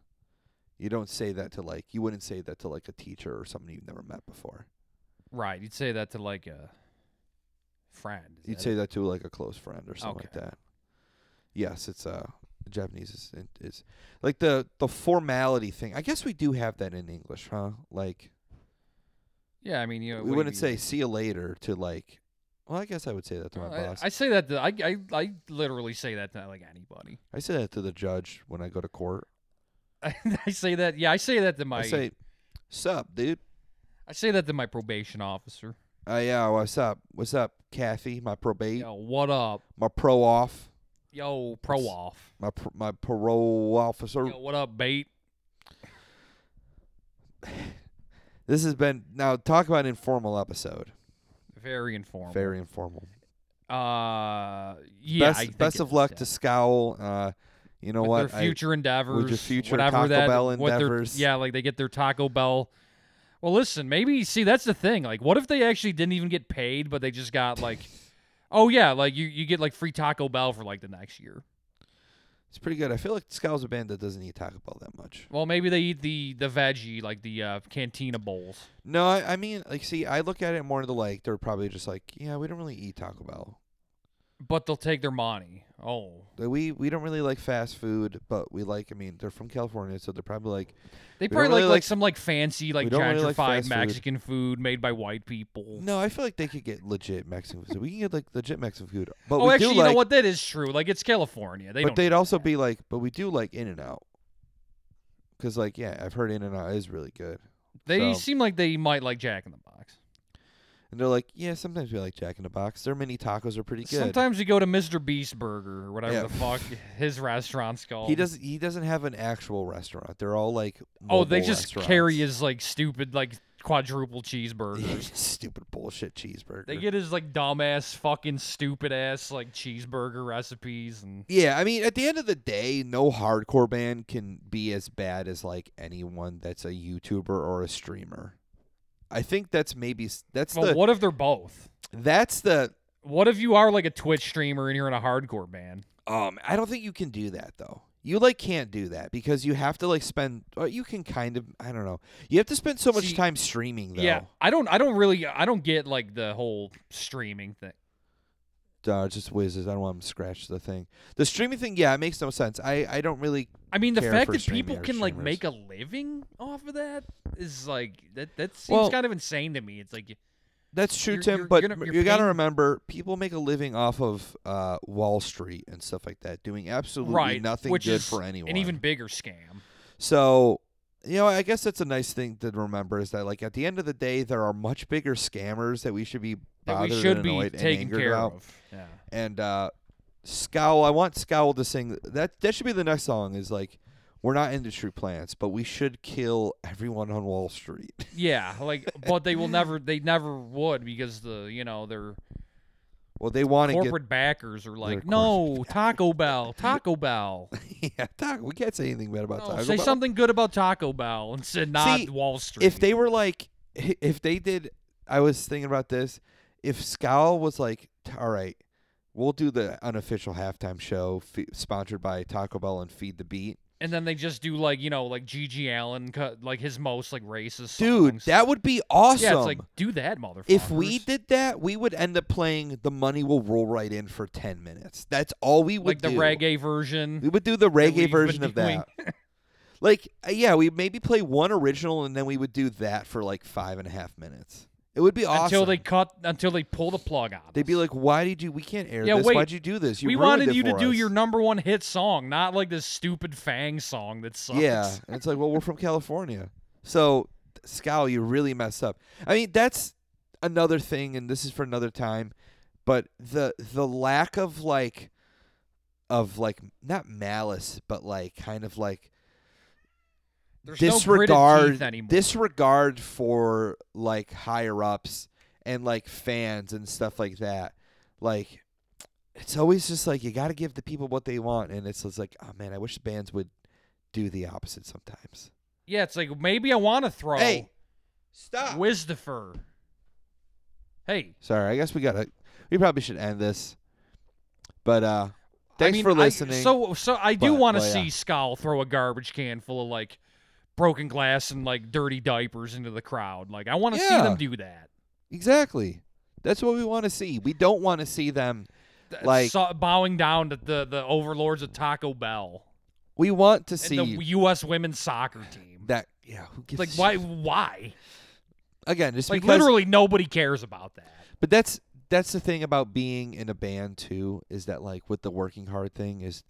You don't say that to like you wouldn't say that to like a teacher or somebody you've never met before. right, you'd say that to like a friend. Is You'd that say it? that to like a close friend or something Okay. like that. Yes, it's uh Japanese is is like the the formality thing. I guess we do have that in English, huh? Like Yeah, I mean, Uh, you. we wouldn't say "see you later" to like. Well, I guess I would say that to my I, boss. I say that to, I, I I literally say that to like anybody. I say that to the judge when I go to court. I, say that. Yeah, I say that to my. I say, "Sup, dude? I say that to my probation officer. Uh, yeah, what's up? What's up, Kathy? My probate, Yo, what up? my pro off, Yo, pro What's- off. my pr- my parole officer." Yo, what up, bait? This has been now talk about informal episode. Very informal. Very informal. Uh, yeah. best I think best it of is, luck yeah. to Scowl. Uh, you know With what? Their I- future endeavors. future whatever Taco that, Bell what their- endeavors. yeah, like they get their Taco Bell. Well, listen, maybe see that's the thing. Like, what if they actually didn't even get paid, but they just got like, oh yeah, like you you get like free Taco Bell for like the next year. it's pretty good. I feel like Scowl's a band that doesn't eat Taco Bell that much. Well, maybe they eat the the veggie like the uh, cantina bowls. No, I, I mean, like, see, I look at it more to like they're probably just like, yeah, we don't really eat Taco Bell. But they'll take their money. Oh, Like, We we don't really like fast food, but we like. I mean, they're from California, so they're probably like, they We don't probably really like, like- like some like fancy like we don't really like gentrified fast food. Mexican food made by white people. no, I feel like they could get legit Mexican food. We can get like legit Mexican food, but oh, we actually, do you like. know what? That is true. Like it's California. They but don't. they'd also be like, but we do like In and Out, because like, yeah, I've heard In and Out is really good. They so- seem like they might like Jack in the Box. And they're like, yeah, sometimes we like Jack in the Box. Their mini tacos are pretty good. Sometimes you go to Mr. Beast Burger or whatever Yeah. the fuck his restaurant's called. he doesn't. He doesn't have an actual restaurant. They're all like. Oh, they mobile just restaurants. carry his like stupid like quadruple cheeseburger. stupid bullshit cheeseburger. They get his like dumbass, fucking stupid ass like cheeseburger recipes and yeah, I mean, at the end of the day, no hardcore band can be as bad as like anyone that's a YouTuber or a streamer. I think that's maybe s- that's well, the what if they're both? that's the What if you are like a Twitch streamer and you're in a hardcore band? um. I don't think you can do that though. You like can't do that because you have to like spend. Or you can kind of I don't know. You have to spend so much See, time streaming though. Yeah, I don't, I don't really, I don't get like the whole streaming thing. Uh, just whizzes. I don't want him to scratch the thing. The streaming thing, yeah, it makes no sense. I, I don't really. I mean, the Care fact for that people streaming or can like streamers. make a living off of that is like that. That seems Well- kind of insane to me. It's like That's true, You're- Tim. you're but gonna- m- you're you got to paying- remember, people make a living off of uh, Wall Street and stuff like that, doing absolutely right, nothing which good is for anyone. an even bigger scam. so, you know, I guess that's a nice thing to remember is that, like, at the end of the day, there are much bigger scammers that we should be that bothered we should and be annoyed taking and angered care about. of. Yeah. and uh scowl i want scowl to sing that that should be the next song is like we're not industry plants but we should kill everyone on wall street yeah, like, but they will never, they never would because the, you know, they're Well, they want to get Corporate backers are like, corporate no, Taco Bell, Taco Bell. yeah, Taco. We can't say anything bad about No, Taco say Bell. something good about Taco Bell and said not See, Wall Street. If they were like, if they did, I was thinking about this. If Scowl was like, all right, we'll do the unofficial halftime show f- sponsored by Taco Bell and Feed the Beat. and then they just do like you know like Gigi Allen cut like his most like racist Dude, songs. that would be awesome. yeah, it's like do that motherfucker. If we did that, we would end up playing "The Money Will Roll Right In" for ten minutes. That's all we would like the do. reggae version, We would do the we've reggae been version of doing. that. like, uh, yeah, we maybe play one original, and then we would do that for like five and a half minutes. It would be awesome. until they cut until they pull the plug on. They'd be like, "Why did you? We can't air Yeah, this. wait. Why'd you do this? You we ruined wanted it you to for do us." your number one hit song, not like this stupid Fang song that sucks. yeah." And it's like, "Well, we're from California, so Scowl, you really messed up." I mean, that's another thing, and this is for another time. But the the lack of like, of like not malice, but like kind of like There's no gritted disregard teeth anymore. disregard for like higher ups and like fans and stuff like that. Like it's always just like you got to give the people what they want, and it's just like, oh man, I wish bands would do the opposite sometimes. yeah, it's like maybe I want to throw Hey, uh, stop. Wisdifer. Hey, Sorry, I guess we gotta. We probably should end this. But uh, thanks I mean, for I- listening. so so I do But- want to well, yeah. see Skull throw a garbage can full of like broken glass and like dirty diapers into the crowd. Like I want to see Yeah. them do that. exactly, that's what we want to see. We don't want to see them. Th- Like- so- bowing down to the the overlords of Taco Bell We want to and see the U.S. women's soccer team. that. Yeah, who gives Like a shit? why why? Again, just Like because literally nobody cares about that. But that's that's the thing about being in a band too is that like with the working hard thing is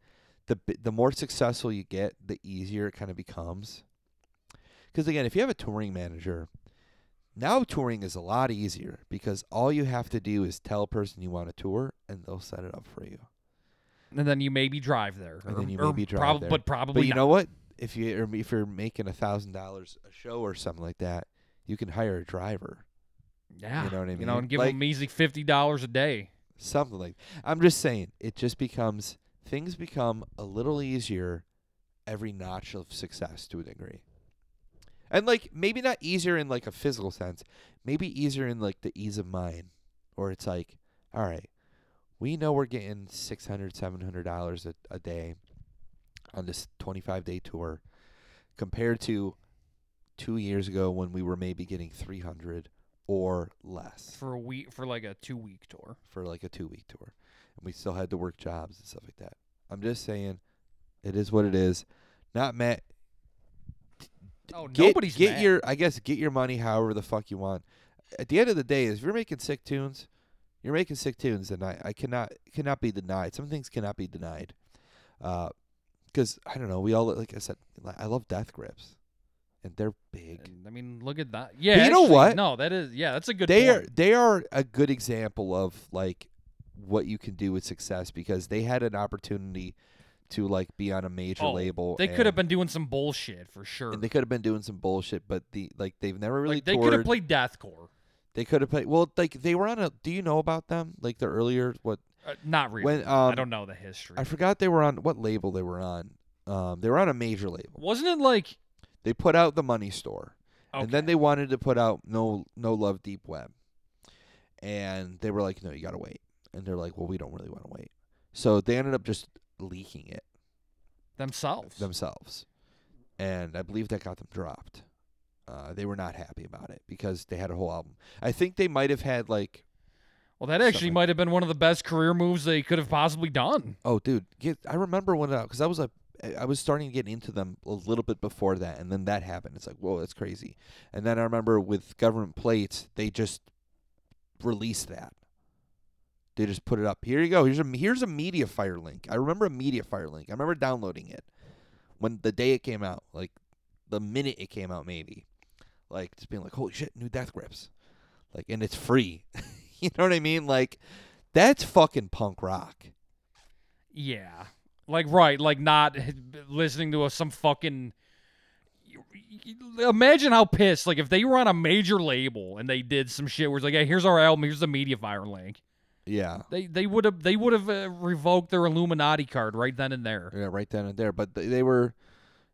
the bi- the more successful you get, the easier it kind of becomes. Cuz again, if you have a touring manager, now touring is a lot easier because all you have to do is tell a person you want to tour and they'll set it up for you. And then you maybe drive there. And or- then you or maybe drive prob- there. but probably but you not. know what? If you or if you're making a thousand dollars a show or something like that, you can hire a driver, yeah. you know what I You know, mean? and give Like- them easy fifty dollars a day. something like. I'm just saying, it just becomes things become a little easier every notch of success to a degree. And like maybe not easier in like a physical sense, maybe easier in like the ease of mind, or it's like, all right, we know we're getting six hundred, seven hundred dollars a, a day on this twenty-five day tour, compared to two years ago when we were maybe getting three hundred or less for a week for like a two week tour. for like a two week tour. And we still had to work jobs and stuff like that. I'm just saying it is what it is. Not Matt Oh, get, nobody's get mad. your I guess get your money however the fuck you want. At the end of the day, if you're making sick tunes, you're making sick tunes and I, I cannot cannot be denied. Some things cannot be denied. Uh 'cause because I don't know, we all like I said, li- I love death grips. And they're big. And, I mean, look at that. Yeah, you know actually, what? No, that is yeah, that's a good. they point. are they are a good example of like what you can do with success because they had an opportunity to like be on a major Oh, label. They could have and- been doing some bullshit for sure. and they could have been doing some bullshit, but the like they've never really like, they could toured. have played deathcore. they could have played. Well, like they were on a. Do you know about them? Like the earlier what Uh, not really. When, I um, don't know the history. I forgot they were on what label they were on. Um, they were on a major label. Wasn't it like? They put out the Money Store. Okay. And then they wanted to put out no no love deep web. And they were like, No, you gotta wait. And they're like, Well, we don't really want to wait. So they ended up just leaking it themselves. themselves. And I believe that got them dropped. Uh, they were not happy about it because they had a whole album. I think they might have had like, well, that actually something. might have been one of the best career moves they could have possibly done. oh, dude, get, I remember when because I was a, I was starting to get into them a little bit before that, and then that happened. It's like, whoa, that's crazy. And then I remember with government plates, they just released that. They just put it up. Here you go. Here's a here's a media fire link. I remember a media fire link. I remember downloading it when the day it came out, like the minute it came out, maybe, like just being like, holy shit, new death grips, like, and it's free. you know what I mean? Like, that's fucking punk rock. Yeah. Like right, like not listening to a, some fucking. Imagine how pissed like if they were on a major label and they did some shit where it's like, hey, here's our album, here's the media fire link. Yeah. They they would have they would have uh, revoked their Illuminati card right then and there. Yeah, right then and there. But they, they were,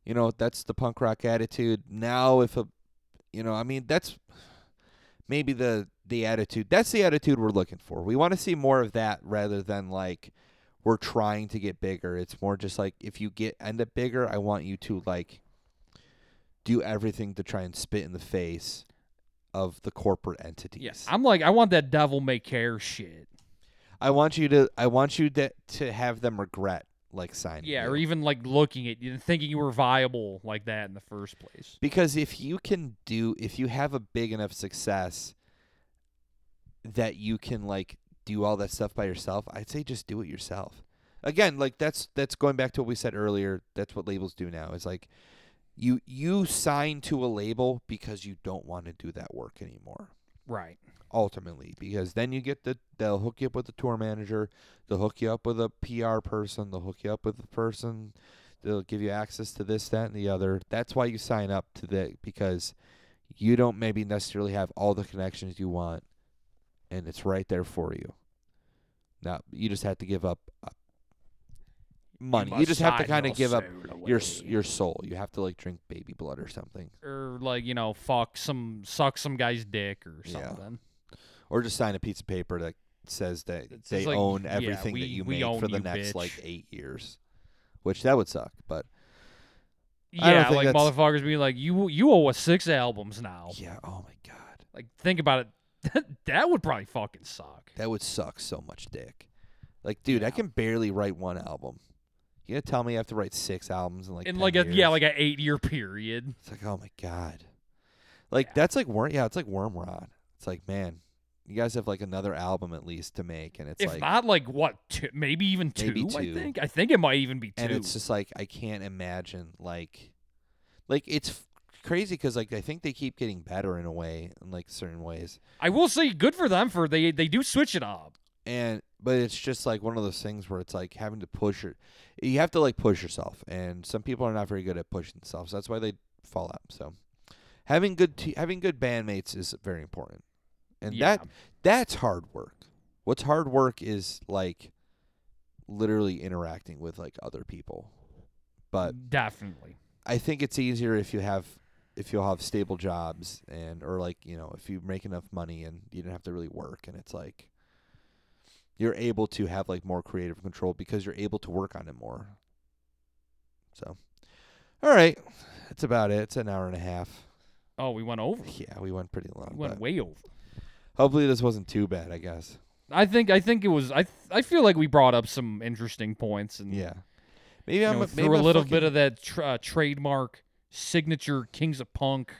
you know, that's the punk rock attitude. Now, if a, you know, I mean, that's maybe the the attitude. That's the attitude we're looking for. We want to see more of that rather than like we're trying to get bigger. It's more just like if you get end up bigger, I want you to like do everything to try and spit in the face of the corporate entities. Yes, I'm like I want that devil may care shit. I want you to I want you to to have them regret like signing. Yeah, you. or even like looking at you, thinking you were viable like that in the first place. Because if you can do, if you have a big enough success that you can like do all that stuff by yourself, I'd say just do it yourself. Again, like that's that's going back to what we said earlier. That's what labels do now. It's like you you sign to a label because you don't want to do that work anymore. Right. Ultimately, because then you get the they'll hook you up with a tour manager, they'll hook you up with a PR person, they'll hook you up with a person they'll give you access to this, that, and the other. That's why you sign up to the because you don't maybe necessarily have all the connections you want, and it's right there for you. Now you just have to give up uh, money. You, must just have to sign kind your of give up soul your s- away. your soul. You have to like drink baby blood or something, or like you know fuck some suck some guy's dick or Yeah. something. or just sign a piece of paper that says that It says, they like, own yeah, everything we- that you we make own for the you, next bitch. like eight years, which that would suck. But I don't Yeah, think like that's- motherfuckers be like you you owe us six albums now. yeah, oh my god, Like think about it. That, that would probably fucking suck. That would suck so much dick. Like, dude, I can barely write one album. You gonna tell me I have to write six albums in like in 10 like a years? yeah like an eight year period. it's like oh my god, like Yeah. that's like worm yeah it's like worm rot. It's like man, you guys have like another album at least to make, and it's if like not like what two, maybe even two, Maybe I two. think I think it might even be two. and it's just like I can't imagine like like it's f- crazy because like I think they keep getting better in a way in like certain ways. I will say good for them for they they do switch it up. and but it's just like one of those things where it's like having to push your you have to like push yourself and some people are not very good at pushing themselves that's why they fall out so having good te- having good bandmates is very important and Yeah. that that's hard work what's hard work is like literally interacting with like other people but Definitely. I think it's easier if you have if you'll have stable jobs and or like you know if you make enough money and you don't have to really work and it's like you're able to have like more creative control because you're able to work on it more. So, all right, that's about it. It's an hour and a half. Oh, we went over. Yeah, we went pretty long. We went but way over. hopefully this wasn't too bad. I guess. I think I think it was I th- I feel like we brought up some interesting points and Yeah. Maybe Mm. you I'm know, a- threw maybe a little fucking, bit of that tr uh, trademark signature Kings of Punk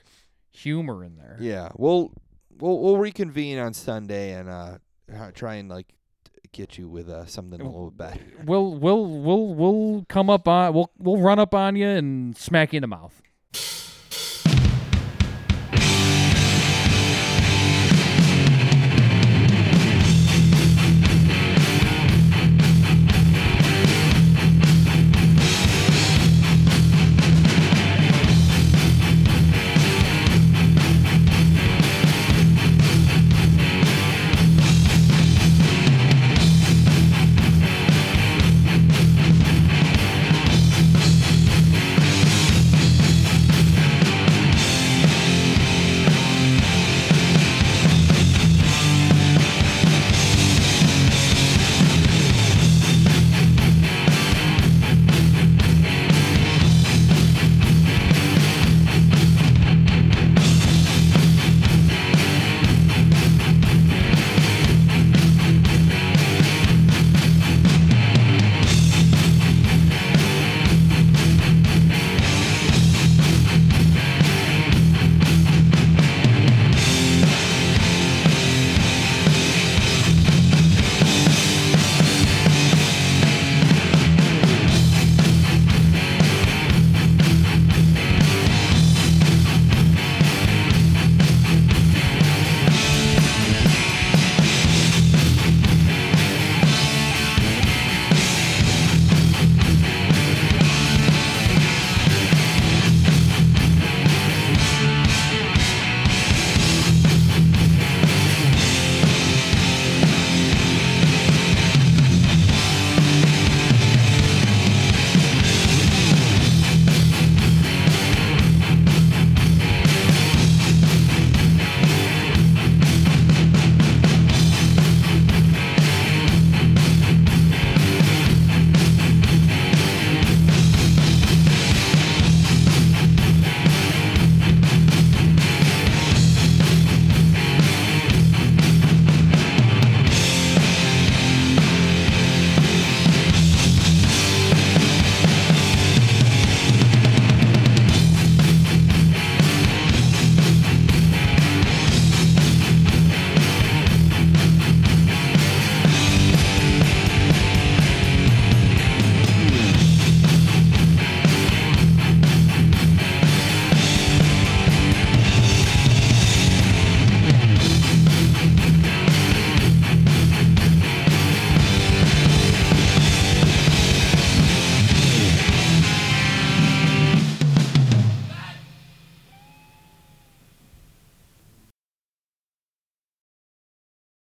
humor in there. Yeah, we'll we'll we'll reconvene on Sunday and uh h- try and like t- get you with uh something a little better. We'll we'll we'll we'll come up on we'll we'll run up on you and smack you in the mouth.